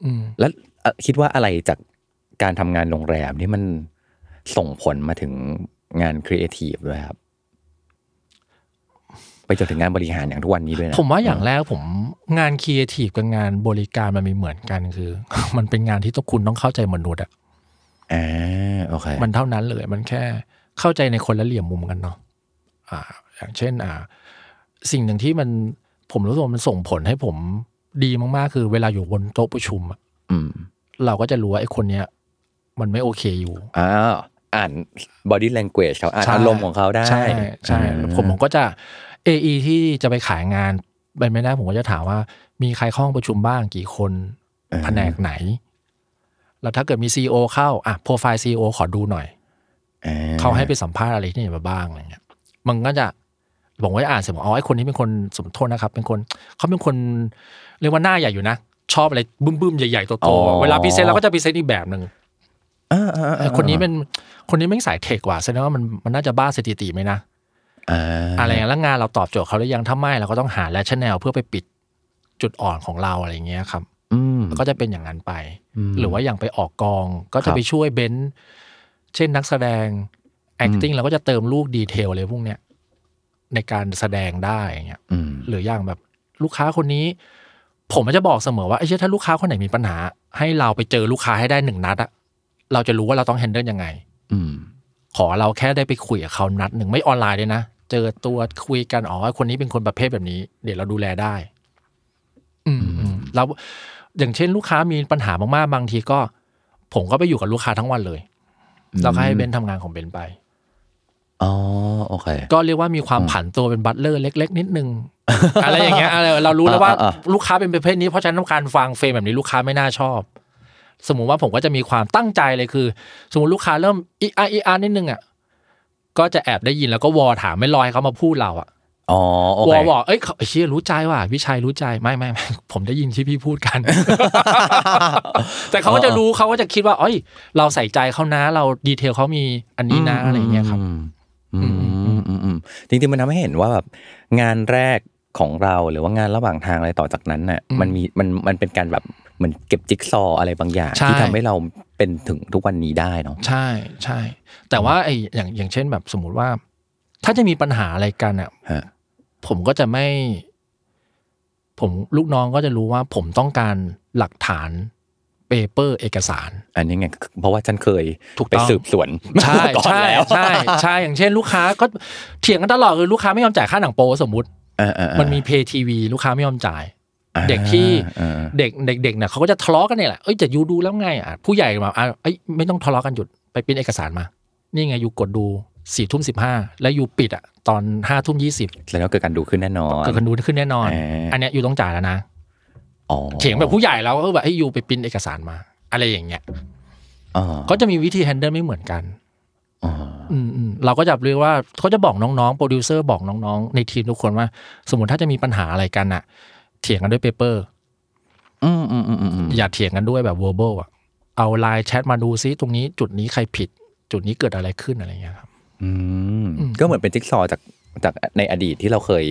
Speaker 3: อืม
Speaker 2: แล้วเอ่อคิดว่าอะไรจากการทำงานโรงแรมนี่มันส่งผลมาถึงงานครีเอทีฟด้วยครับ ไปจนถึงงานบริหารอย่างทุกวันนี้ด้วยนะ
Speaker 3: ผมว่าอย่างแรกผมงานครีเอทีฟกับงานบริการมันมีเหมือนกันคือ [laughs] มันเป็นงานที่ต้องคุณต้องเข้าใจมนุษย์อะ
Speaker 2: อ่าโอเค
Speaker 3: มันเท่านั้นเลยมันแค่เข้าใจในคนละเหลี่ยมมุมกันเนาะอ่า อย่างเช่น อ่า สิ่งหนึ่งที่มันผมรู้สึกว่ามันส่งผลให้ผมดีมากๆ คือเวลาอยู่บนโต๊ะประชุมอะ
Speaker 2: อืม
Speaker 3: เราก็จะรู้ว่าไอ้คนเนี้ยมันไม่โอเคอยู่
Speaker 2: อ่าอ่าน body language เขาอ่าน
Speaker 3: ใช่
Speaker 2: อารมณ์ของเขาได้
Speaker 3: ใช่ใช่
Speaker 2: อ่า
Speaker 3: ผมผมก็จะ AE ที่จะไปขายงานไปไม่ได้ผมก็จะถามว่า มีใครเข้าห้องประชุมบ้างกี่คนแผนกไหน แล้วถ้าเกิดมี CEO เข้าอ่ะโปรไฟล์ CEO ขอดูหน่อย
Speaker 2: อ่
Speaker 3: เขาให้ไปสัมภาษณ์อะไรที่ไหนมาบ้างอะไรเงี้ยมันก็จะผมก็จะอ่านเสร็จบอกอ๋อไอ้คนนี้เป็นคนสมโทษนะครับ เป็นคนเขาเป็นคนเรียกว่าหน้าใหญ่อยู่นะ ชอบอะไรบึ้มๆใหญ่ๆโตๆเวลาพรีเซนต์เราก็จะพรีเซนต์อีกแบบหนึ่ง
Speaker 2: อ่าอ่าอ่า
Speaker 3: คนนี้เป็นคนนี้ไม่งสายเทคกว่าแสดงว่ามันมันน่าจะบ้าสถิติไหมนะ
Speaker 2: อ่า
Speaker 3: อะไรอย่างเงี้ยแล้วงานเราตอบโจทย์เขาหรือยังถ้าไม่เราก็ต้องหาและชแนลเพื่อไปปิดจุดอ่อนของเราอะไรอย่างเงี้ยครับ
Speaker 2: อืม
Speaker 3: ก็จะเป็นอย่างนั้นไป
Speaker 2: อืม
Speaker 3: หรือว่าอย่างไปออกกองก็
Speaker 2: ครั
Speaker 3: จะ
Speaker 2: บ
Speaker 3: ไปช่วยเบนซ์เช่นนักแสดง acting เราก็จะเติมลูกดีเทลอะไรพวกเนี้ยในการแสดงได้อย่างเงี้ย
Speaker 2: อืม
Speaker 3: หรืออย่างแบบลูกค้าคนนี้ ผมก็จะบอกเสมอว่าไอ้เช่ยถ้าลูกค้าคนไหนมีปัญหา ให้เราไปเจอลูกค้าให้ได้หนึ่งนัดอะเราจะรู้ว่าเราต้องแฮนเดิลยังไง
Speaker 2: อืม
Speaker 3: ขอเราแค่ได้ไปคุยกับเขานัดหนึ่งไม่ออนไลน์ด้วยนะ เจอตัวคุยกันอ๋อคนนี้เป็นคนประเภทแบบนี้ เดี๋ยวเราดูแลได้ อืมอืมเราอย่างเช่นลูกค้ามีปัญหามากๆบางทีก็ ผมก็ไปอยู่กับลูกค้าทั้งวันเลยเราก็ให้เบนซ์ทำงานของเบนซ์ไป
Speaker 2: อ๋อโอเค
Speaker 3: ก็เรียกว่ามีความผันตัวเป็นบัตเลอร์เล็ก ๆ นิด
Speaker 2: [laughs]
Speaker 3: นึง อะไรอย่างเงี้ยอะไรเรารู้แล้วว่า
Speaker 2: อ่าอ่าอ่า
Speaker 3: ลูกค้าเป็นประเภทนี้เพราะฉะนันต้องการฟังเฟรมแบบนี้ลูกค้าไม่น่าชอบ สมมุติว่าผมก็จะมีความตั้งใจเลยคือ สมมติลูกค้าเริ่มอีอาอีอานิดนึงอ่ะก็จะแอบได้ยินแล้วก็วอถามไม่รอให้เขามาพูดเราอ่ะ
Speaker 2: อ๋อโอ
Speaker 3: ว
Speaker 2: เค
Speaker 3: อ
Speaker 2: [laughs]
Speaker 3: บอกเอ้ยเขาเชี่ยรู้ใจว่ะวิชัยรู้ใจไม่ไม่ [laughs] ไม่ผมได้ยินที่พี่พูดกัน [laughs] แต่เขาก็จะรู้เขาก็จะคิดว่าเอ้ย เราใส่ใจเขานะเราดีเทลเขามีอันนี้นะอะไรอย่างเงี้ยครับ
Speaker 2: อืมอืมอืมอืมจริงๆมันทำให้เห็นว่าแบบงานแรกของเราหรือว่างานระหว่างทางอะไรต่อจากนั้นน่ะ
Speaker 3: อืม
Speaker 2: มันมีมันมันเป็นการแบบเหมือนเก็บจิ๊กซอว์อะไรบางอย่าง
Speaker 3: ใช่
Speaker 2: ที่ทำให้เราเป็นถึงทุกวันนี้ได้เนาะ
Speaker 3: ใช่ใช่ แต่ว่าไออย่างอย่างเช่นแบบสมมติว่า ถ้าจะมีปัญหาอะไรกันอ่ะ
Speaker 2: ฮะ
Speaker 3: ผมก็จะไม่ ผมลูกน้องก็จะรู้ว่าผมต้องการหลักฐานเปเปอร์เอกสาร
Speaker 2: อันนี้ไงเพราะว่าฉันเคย
Speaker 3: ถูก
Speaker 2: ไป
Speaker 3: ต้อง
Speaker 2: สืบสวน
Speaker 3: ใช่
Speaker 2: [laughs] ก่อน
Speaker 3: ใช่
Speaker 2: แล้ว
Speaker 3: ใช่ใช่อย่างเช่นลูกค้าก็เถียงกันตลอดคือลูกค้าไม่ยอมจ่ายค่าหนังโปสมมติ
Speaker 2: อ่าอ่าอ่า
Speaker 3: มันมีเพย์ทีวีลูกค้าไม่ยอมจ่าย
Speaker 2: อ่า
Speaker 3: เด็กที่
Speaker 2: อ่า
Speaker 3: เด็กเด็กเด็กเนี่ยเขาก็จะทะเลาะกันเนี่ยแหละเอ้ยจะยูดูแล้วไงอ่ะผู้ใหญ่มาอ่ะเอ้ยไม่ต้องทะเลาะกันหยุดไปปริ้นเอกสารมา นี่ไงยูกดดูสี่ทุ่มสิบห้าแล้วยูปิดอ่ะตอนห้าทุ่มยี่สิบ
Speaker 2: แล้วก็เกิดการดูขึ้นแน่นอน
Speaker 3: เกิดคนดูขึ้นแน่นอน
Speaker 2: เอออั
Speaker 3: อันเนี้ยยูต้องจ่ายแล้วนะ
Speaker 2: อ๋อ
Speaker 3: เถียงแบบผู้ใหญ่แล้วก็แบบให้ยูไปปริ้นเอกสารมา อะไรอย่างเงี้ย
Speaker 2: อ๋อ
Speaker 3: ก็จะมีวิธีแฮนเดิลไม่เหมือนกัน
Speaker 2: อ๋อ
Speaker 3: อืมอืมเราก็จะเรียกว่าเขาจะบอกน้องๆโปรดิวเซอร์บอกน้องๆ ในทีมทุกคนว่า สมมติถ้าจะมีปัญหาอะไรกันอ่ะ เถียงกันด้วยเปเปอร์
Speaker 2: อืมอืมอืมอืมอืม
Speaker 3: อย่าเถียงกันด้วยแบบ verbal อ่ะ เอาไลน์แชทมาดูซิตรงนี้จุดนี้ใครผิด จุดนี้เกิดอะไรขึ้นอะไรเงี้ยครับ
Speaker 2: อืม
Speaker 3: อืม
Speaker 2: ก็เหมือนเป็นจิ๊กซอว์จากจากในอดีตที่เราเคย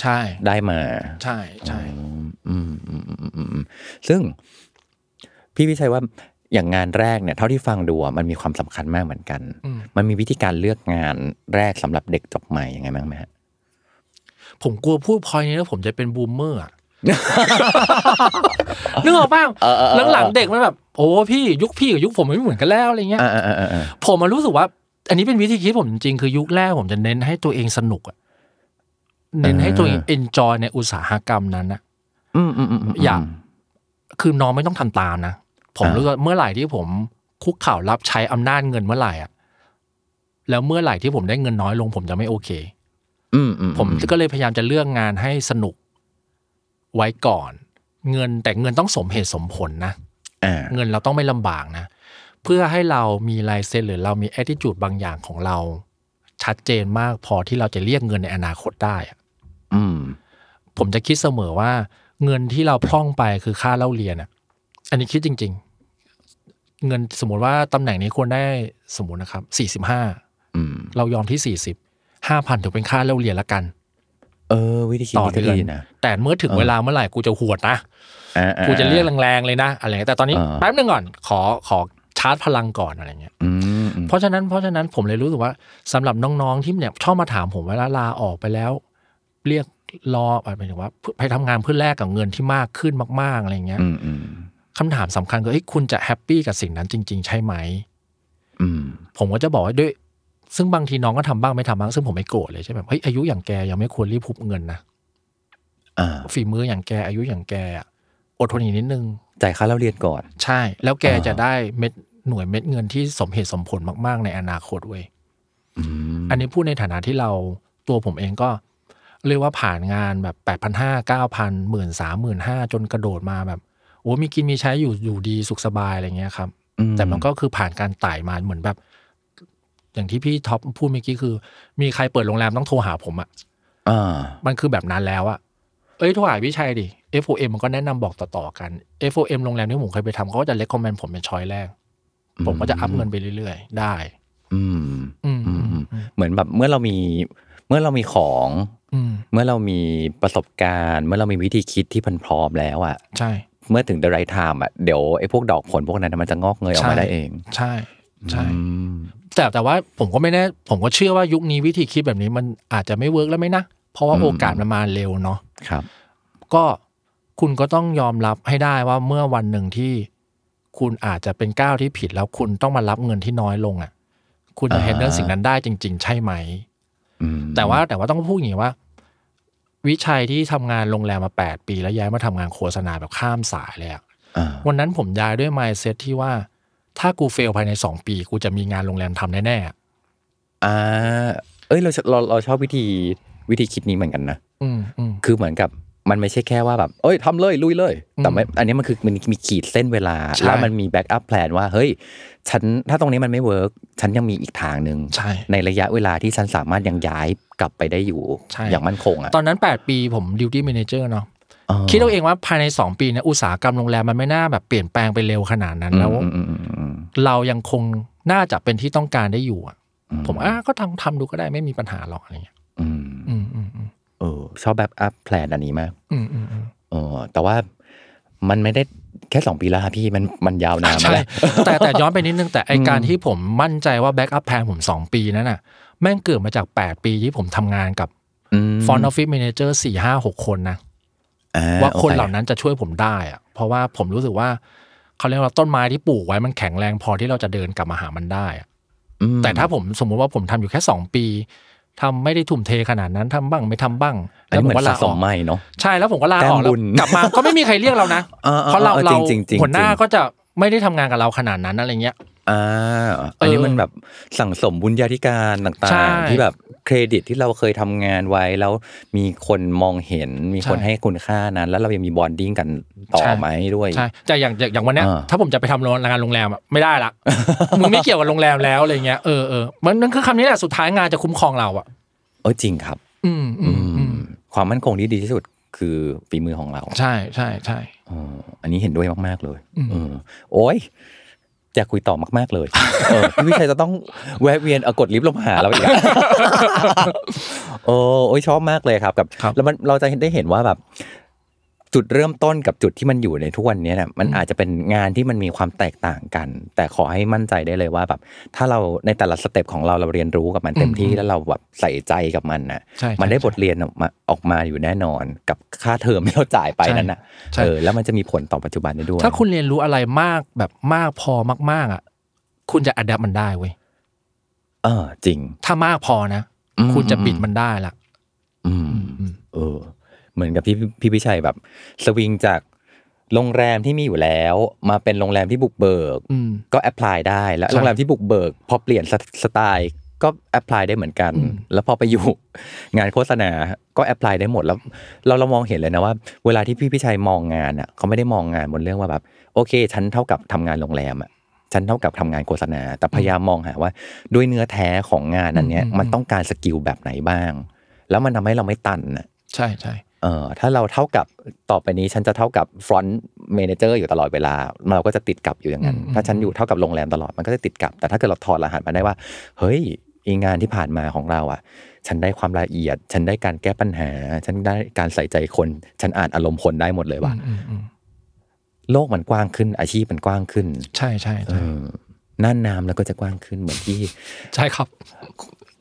Speaker 3: ใช่
Speaker 2: ได้มา
Speaker 3: ใช่ใช่
Speaker 2: อืมอืมอืมอืมอืมอืมซึ่ง พี่วิชัยว่าอย่างงานแรกเนี่ย เท่าที่ฟังดูอะมันมีความสำคัญมากเหมือนกัน
Speaker 3: อืม
Speaker 2: มันมีวิธีการเลือกงานแรกสำหรับเด็กจบใหม่ยังไงบ้างไหมฮะ
Speaker 3: ผมกลัวพูดพอยนี้แล้วผมจะเป็นบูมเมอ [laughs] ร์อะ นึกออกป่ะหลังๆเด็กมันแบบ โอ้พี่ยุคพี่กับยุคผมไม่เหมือนกันแล้วอะไรเงี้ย
Speaker 2: อ่าอ่าอ่าอ่า
Speaker 3: ผมมารู้สึกว่า อันนี้เป็นวิธีคิดผมจริงๆคือยุคแรกผมจะเน้นให้ตัวเองสนุกอะ เน้นให้ตัวเอง
Speaker 2: อ่า
Speaker 3: enjoy ในอุตสาหกรรมนั้นนะ
Speaker 2: อืมอืมอืมม
Speaker 3: อยาก คือน้องไม่ต้องทำตามนะ ผม
Speaker 2: อ่า
Speaker 3: รู้ว่าเมื่อไหร่ที่ผมคุกเข่ารับใช้อำนาจเงินเมื่อไหร่อ่ะแล้วเมื่อไหร่ที่ผมได้เงินน้อยลง ผมจะไม่โอเค
Speaker 2: อืมอืม
Speaker 3: ผม
Speaker 2: อื
Speaker 3: ก็เลยพยายามจะเลือกงานให้สนุกไว้ก่อน เงินแต่เงินต้องสมเหตุสมผลนะ
Speaker 2: อ่า
Speaker 3: เงินเราต้องไม่ลำบากนะ เพื่อให้เรามีลายเซ็นหรือเรามีแอ t i ิจูดบางอย่างของเรา ชัดเจนมากพอที่เราจะเรียกเงินในอนาคตได้อะ
Speaker 2: อืม
Speaker 3: ผมจะคิดเสมอว่า เงินที่เราพร่องไปคือค่าเล่าเรียนอะอันนี้คิดจริง ๆ เงินสมมติว่าตำแหน่งนี้ควรได้สมมตินะครับสี่สิบห้า
Speaker 2: อืม
Speaker 3: เรายอมที่สี่สิบห้าพันถือเป็นค่าเล่าเรียนละกัน
Speaker 2: เออ วิธีคิด
Speaker 3: ต่อ
Speaker 2: ก็
Speaker 3: เดือน
Speaker 2: ดีนะ
Speaker 3: แต่เมื่อถึง
Speaker 2: เออ
Speaker 3: เวลาเมื่อไหร่กูจะหวดนะ
Speaker 2: อ่าอ่า
Speaker 3: กูจะเรียกแรงๆเลยนะอะไรอย่างเงี้ยแต่ตอนนี้
Speaker 2: อ่า
Speaker 3: แป๊บนึงก่อนขอขอชาร์จพลังก่อนอะไรอย่างเงี้ย
Speaker 2: อืมอืม
Speaker 3: เพราะฉะนั้นเพราะฉะนั้นผมเลยรู้สึกว่าสำหรับน้องๆที่เนี่ยชอบมาถามผมเวลาลาออกไปแล้ว เรียกรอหมายถึงว่าไปทำงานเพื่อแลกกับเงินที่มากขึ้นมาก ๆอะไรเงี้ย
Speaker 2: อืมอืม
Speaker 3: คำถามสำคัญคือเอ้ยคุณจะแฮปปี้กับสิ่งนั้นจริง ๆ ใช่ไหม
Speaker 2: อืม
Speaker 3: ผมก็จะบอกว่าด้วย ซึ่งบางทีน้องก็ทำบ้างไม่ทำบ้างซึ่งผมไม่โกรธเลยใช่ไหมเฮ้ยอายุอย่างแกยังไม่ควรรีบพุบเงินนะ
Speaker 2: อ่า
Speaker 3: ฝีมืออย่างแกอายุอย่างแกอะอดทนอีกนิดนึง
Speaker 2: จ่ายค่าเล่าเรียนก่อน
Speaker 3: ใช่ แล้วแก
Speaker 2: อ่า
Speaker 3: จะได้เม็ดหน่วยเม็ดเงินที่สมเหตุสมผลมากๆ ในอนาคตเว้ย
Speaker 2: อืม
Speaker 3: อันนี้พูดในฐานะที่เราตัวผมเองก็เรียกว่าผ่านงานแบบ8 5 0 0 9,000 1 3 0 0 0จนกระโดดมาแบบโอ้มีกินมีใช้อยู่อยู่ดีสุขสบายอะไรเงี้ยครับ
Speaker 2: อื
Speaker 3: แต่มันก็คือผ่านการไต่มาเหมือนแบบ อย่างที่พี่ท็อปพูดเมื่อกี้คือ มีใครเปิดโรงแรมต้องโทรหาผมอะ
Speaker 2: อ่า
Speaker 3: มันคือแบบนั้นแล้วอะเอ้ยโทรหาพี่ชัยดิ FOM มันก็แนะนำบอกต่อๆกัน FOM โรงแรมที่ผมเคยไปทำเขาก็จะเล c คอมเมนต์ผมเป็นช้อยแรก ผมก็จะอัพเงินไปเรื่อยๆ ได้
Speaker 2: อืม
Speaker 3: อืม
Speaker 2: อื
Speaker 3: อื
Speaker 2: ม
Speaker 3: ม
Speaker 2: อืมเหมือนแบบเมื่อเรามีเมื่อเรามีของ
Speaker 3: อืม
Speaker 2: เมื่อเรามีประสบการณ์ เมื่อเรามีวิธีคิดที่มันพร้อมแล้วอะ
Speaker 3: ใช่
Speaker 2: เมื่อถึง the right time อะเดี๋ยวไอ้พวกดอกผลพวกนั้นมันจะงอกเงยออกมา
Speaker 3: ใช่
Speaker 2: ได้เอง
Speaker 3: ใช่ใช่
Speaker 2: อืม
Speaker 3: แต่แต่ว่าผมก็ไม่แน่ผมก็เชื่อว่ายุคนี้วิธีคิดแบบนี้มันอาจจะไม่เวิร์กแล้วไหมนะ เพราะว่าโอกาสมันมาเร็วเนาะ
Speaker 2: ครับ
Speaker 3: ก็คุณก็ต้องยอมรับให้ได้ว่าเมื่อวันหนึ่งที่คุณอาจจะเป็นก้าวที่ผิดแล้วคุณต้องมารับเงินที่น้อยลงอ่ะ คุณจะเห็นเรื่องสิ่งนั้นได้จริง ๆ ใช่ไหม
Speaker 2: อืม
Speaker 3: แต่ว่าแต่ว่าต้องพูดอย่างนี้ว่า วิชัยที่ทำงานโรงแรมมา 8 ปี แล้วย้ายมาทำงานโฆษณาแบบข้ามสายเลยอะ
Speaker 2: อ่า
Speaker 3: วันนั้นผมย้ายด้วย mindset ที่ว่า ถ้ากูเฟลภายในสองปี กูจะมีงานโรงแรมทำแน่ๆอะ
Speaker 2: อ่าเอ้ยเราเราเราชอบวิธีวิธีคิดนี้เหมือนกันนะ
Speaker 3: อืมอืม
Speaker 2: คือเหมือนกับมันไม่ใช่แค่ว่าแบบเอ้ยทำเลยลุยเลย
Speaker 3: อืม
Speaker 2: แต่ไม่อันนี้มันคือมันมีขีดเส้นเวลา
Speaker 3: ใช่
Speaker 2: แล้วมันมีแบ็กอัพแพลนว่าเฮ้ยฉันถ้าตรงนี้มันไม่เวิร์กฉันยังมีอีกทางหนึ่ง
Speaker 3: ใช่
Speaker 2: ในระยะเวลาที่ฉันสามารถยังย้ายกลับไปได้อยู่
Speaker 3: ใช่
Speaker 2: อย่างมั่นคงอ่ะ
Speaker 3: ตอนนั้น 8 ปีผมดิวตี้ a ม a นเจอร์เนาะ
Speaker 2: เออ
Speaker 3: คิดเอาเองว่าภายใน 2 ปีเนี่ยอุตสาหกรรมโรงแรมมันไม่น่าแบบเปลี่ยนแปลงไปเร็วขนาดนั้นแล้ว
Speaker 2: อืมอืมอืมอืม
Speaker 3: เรายังคงน่าจะเป็นที่ต้องการได้อยู่อะ
Speaker 2: อื
Speaker 3: ผมอ่ะก็ทำทำดูก็ได้ไม่มีปัญหาหรอกอะไรเงี้ย
Speaker 2: อืม
Speaker 3: อืมอืมอืม
Speaker 2: เออชอบแบ็กอัพแพลนอันนี้มาก
Speaker 3: อืมอืมอืม
Speaker 2: เออแต่ว่ามันไม่ได้แค่สองปีและพี่มันมันยาวนานมา
Speaker 3: ใช่
Speaker 2: แล้ว
Speaker 3: แต่แต่ย้อนไปนิดนึง แต่ไอ
Speaker 2: อืม
Speaker 3: การที่ผมมั่นใจว่าแบ็กอัพแพนผม 2 ปีนั้นน่ะ แม่งเกิดมาจาก 8 ปีที่ผมทำงานกับ
Speaker 2: ม
Speaker 3: ฟอนต์ออฟฟิศ a ม a นเจอร์สี่ห้าหกคนนะ
Speaker 2: อ่
Speaker 3: ว่าคน
Speaker 2: โอ
Speaker 3: เหล่านั้นจะช่วยผมได้อะเพราะว่าผมรู้สึกว่าเขาเรียกว่าต้นไม้ที่ปลูกไว้มันแข็งแรงพอที่เราจะเดินกลับมาหามันได้อะ
Speaker 2: อืม
Speaker 3: แต่ถ้าผมสมมุติว่าผมทำอยู่แค่สองปีทำไม่ได้ทุ่มเทขนาดนั้นทำบ้างไม่ทำบ้าง
Speaker 2: อันนี้
Speaker 3: ผ
Speaker 2: เหมือน
Speaker 3: ก็
Speaker 2: สะสมไม่เนาะ
Speaker 3: ใช่แล้วผมก็ลาออก
Speaker 2: แต้ม
Speaker 3: แล้
Speaker 2: บุ
Speaker 3: ว
Speaker 2: ญ
Speaker 3: กลับมา ก็ไม่มีใครเรียกเรา
Speaker 2: [laughs]
Speaker 3: นะ
Speaker 2: เออเออเออ
Speaker 3: เพราะเราเรา
Speaker 2: จริงๆจริงๆ
Speaker 3: หัวหน้าก็จะไม่ได้ทำงานกับเราขนาดนั้นอะไรเงี้ย
Speaker 2: อ่าอันนี้มันแบบสั่งสมบุญญาธิการต่า
Speaker 3: ใช่
Speaker 2: งๆ ที่แบบเครดิตที่เราเคยทำงานไว้แล้วมีคนมองเห็นมีคน
Speaker 3: ใช่
Speaker 2: ให้คุณค่านั้น แล้วเรายังมีบอนดิ้งกันต่อ
Speaker 3: ใช่
Speaker 2: ไหมด้วย
Speaker 3: ใช่แต่อย่างอย่างอย่างวันเนี้ย
Speaker 2: อ่า
Speaker 3: ถ้าผมจะไปทำโรงงานโรงแรมอะไม่ได้
Speaker 2: [laughs]
Speaker 3: ละ มึงไม่เกี่ยวกับโรงแรมแล้วอะไรเงี้ยเออเออมันนั่นคือคำนี้แหละสุดท้ายงานจะคุ้มครองเราอะ
Speaker 2: เออจริงครับ
Speaker 3: อืมอื
Speaker 2: อื
Speaker 3: มอื
Speaker 2: ม
Speaker 3: ม
Speaker 2: ความมั่นคงที่ดีที่สุดคือฝีมือของเรา
Speaker 3: ใช่ใช่ใช่
Speaker 2: อ๋ออันนี้เห็นด้วยมากๆเลย
Speaker 3: อืม
Speaker 2: เออโอ้ยอยากคุยต่อมากๆเลยเออพี่วิชัยจะต้อง [laughs] แวะเวียนเอากดลิฟต์ลงมาหาเราอีก [laughs] อะ โอ้โอ้ยชอบมากเลยครับกับ
Speaker 3: ครับ
Speaker 2: แล้วมันเราจะได้เห็นว่าแบบ จุดเริ่มต้นกับจุดที่มันอยู่ในทุกวันนี้เนี่ยมันอาจจะเป็นงานที่มันมีความแตกต่างกัน แต่ขอให้มั่นใจได้เลยว่าแบบ ถ้าเราในแต่ละสเต็ปของเราเราเรียนรู้กับมันเต็มที่
Speaker 3: อืม
Speaker 2: แล้วเราแบบใส่ใจกับมันน่ะ
Speaker 3: ใช่
Speaker 2: มันได้
Speaker 3: ใช่
Speaker 2: บทเรียนออกมาออกมาอยู่แน่นอน กับค่าเทอมที่เราจ่ายไป
Speaker 3: ใช่
Speaker 2: นั่นน่ะ
Speaker 3: ใช่
Speaker 2: เออแล้วมันจะมีผลต่อปัจจุบันได้ด้วย
Speaker 3: ถ้าคุณเรียนรู้อะไรมากแบบมากพอมาก ๆอ่ะคุณจะอัดแอปมันได้เว้ย
Speaker 2: เออจริง
Speaker 3: ถ้ามากพอนะ
Speaker 2: อืม
Speaker 3: คุณจะบิดมันได้ละ
Speaker 2: อืม
Speaker 3: อืม
Speaker 2: เออ เหมือนกับที่พี่พิชัยแบบ สวิงจากโรงแรมที่มีอยู่แล้ว มาเป็นโรงแรมที่บุกเบิก
Speaker 3: อืม
Speaker 2: ก็แอพพลายได้แล้ว
Speaker 3: ใช่
Speaker 2: โรงแรมที่บุกเบิก พอเปลี่ยนสสไตล์ก็แอพพลายได้เหมือนกัน
Speaker 3: อืม
Speaker 2: แล้วพอไปอยู่ งานโฆษณาก็แอพพลายได้หมดแล้ว เราเรามองเห็นเลยนะว่า เวลาที่พี่พิชัยมองงานอ่ะเขาไม่ได้มองงานบนเรื่องว่าแบบ โอเค ฉันเท่ากับทำงานโรงแรมอ่ะฉันเท่ากับทำงานโฆษณา แต่พยายามมองหาว่า ด้วยเนื้อแท้ของงานนั้นเนี้ยมันต้องการสกิลแบบไหนบ้าง แล้วมันทำให้เราไม่ตันอ่ะ
Speaker 3: ใช่ใช่
Speaker 2: เออถ้าเราเท่ากับต่อไปนี้ฉันจะเท่ากับฟรอนต์เมเนเจอร์อยู่ตลอดเวลา เราก็จะติดกับอยู่อย่างนั้น ถ้าฉันอยู่เท่ากับโรงแรมตลอดมันก็จะติดกับ แต่ถ้าเกิดเราถอดรหัสมาได้ว่า เฮ้ยอีงานที่ผ่านมาของเราอ่ะ ฉันได้ความละเอียด ฉันได้การแก้ปัญหา ฉันได้การใส่ใจคน ฉันอ่านอารมณ์คนได้หมดเลยว่า
Speaker 3: อืมอืม
Speaker 2: โลกมันกว้างขึ้นอาชีพมันกว้างขึ้น
Speaker 3: ใช่ใช่
Speaker 2: เอ
Speaker 3: ใช่
Speaker 2: อน่านน้ำแล้วก็จะกว้างขึ้นเหมือนที่
Speaker 3: ใช่ครับ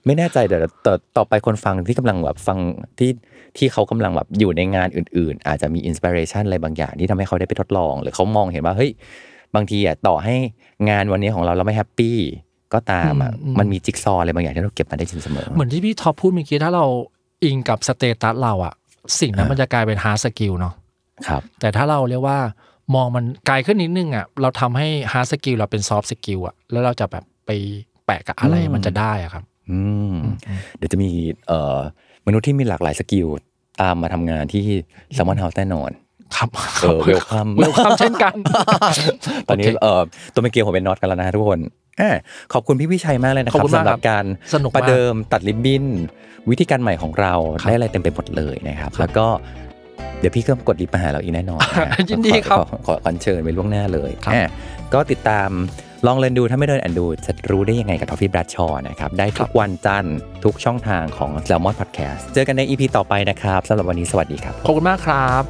Speaker 2: ไม่แน่ใจแต่ต่อต่อไปคนฟังที่กำลังแบบฟังที่ที่เขากำลังแบบอยู่ในงานอื่น ๆ อาจจะมีอินสปิเรชันอะไรบางอย่างที่ทำให้เขาได้ไปทดลอง หรือเขามองเห็นว่าเฮ้ยบางทีอ่ะต่อให้งานวันนี้ของเราเราไม่แฮปปี้ก็ตามอ่ะ
Speaker 3: อืม
Speaker 2: มันมีจิ๊กซอว์อะไรบางอย่างที่เราเก็บมาได้จนเสมอ
Speaker 3: เหมือนที่พี่ท็อปพูดเมื่อกี้ถ้าเราอิงกับสเตตัสเราอะสิ่งนั้น
Speaker 2: อ่ามั
Speaker 3: มันจะกลายเป็นฮาร์ดสกิลเนาะ
Speaker 2: ครับ
Speaker 3: แต่ถ้าเราเรียกว่ามองมันไกลขึ้นนิดนึงอะเราทำให้ฮาร์ดสกิลเราเป็นซอฟต์สกิลอะแล้วเราจะแบบไปแปะกับอะไรมันจะได้อะครับ
Speaker 2: อืมเดี๋ยวจะมีเอ่อมนุษย์ที่มีหลากหลายสกิลตามมาทำงานที่แซมมอนเฮาส์แน่นอน
Speaker 3: ครับ
Speaker 2: เออ welcome
Speaker 3: เวลคัมเช่นกัน
Speaker 2: ตอนนี้
Speaker 3: โอเค
Speaker 2: เอ่อตัวเป็นเกียวผมเป็นน็อตกันแล้วนะฮะทุกคนอ่ะขอบคุณพี่วิชัยมากเลยนะค
Speaker 3: ขอบ
Speaker 2: รับ
Speaker 3: คุณมา
Speaker 2: สำ
Speaker 3: ก
Speaker 2: หรั
Speaker 3: ครับ บ
Speaker 2: การ
Speaker 3: สนุกมาก
Speaker 2: ประเดิมตัดริบบิ้น วิธีการใหม่ของเรา
Speaker 3: ครับ
Speaker 2: ได้อะไรเต็มไปหมดเลยนะครับ แล้วก็เดี๋ยวพี่ก็กดรีบมาหาเราอีกแน่นอนนะฮะ
Speaker 3: ยินดีครับ
Speaker 2: ขอขอขอขอเชิญไว้ล่วงหน้าเลย
Speaker 3: ครับ
Speaker 2: อ่ะก็ติดตามลองเรียนดูถ้าไม่เดินแอนดู จะรู้ได้ยังไงกับทอฟฟี่บรัชชอนะครับ ได้ทุกวันจันทร์ทุกช่องทางของ s ซ l m o n Podcast เจอกันใน EP ต่อไปนะครับสำหรับวันนี้สวัสดีครับ
Speaker 3: ขอบคุณมากครับ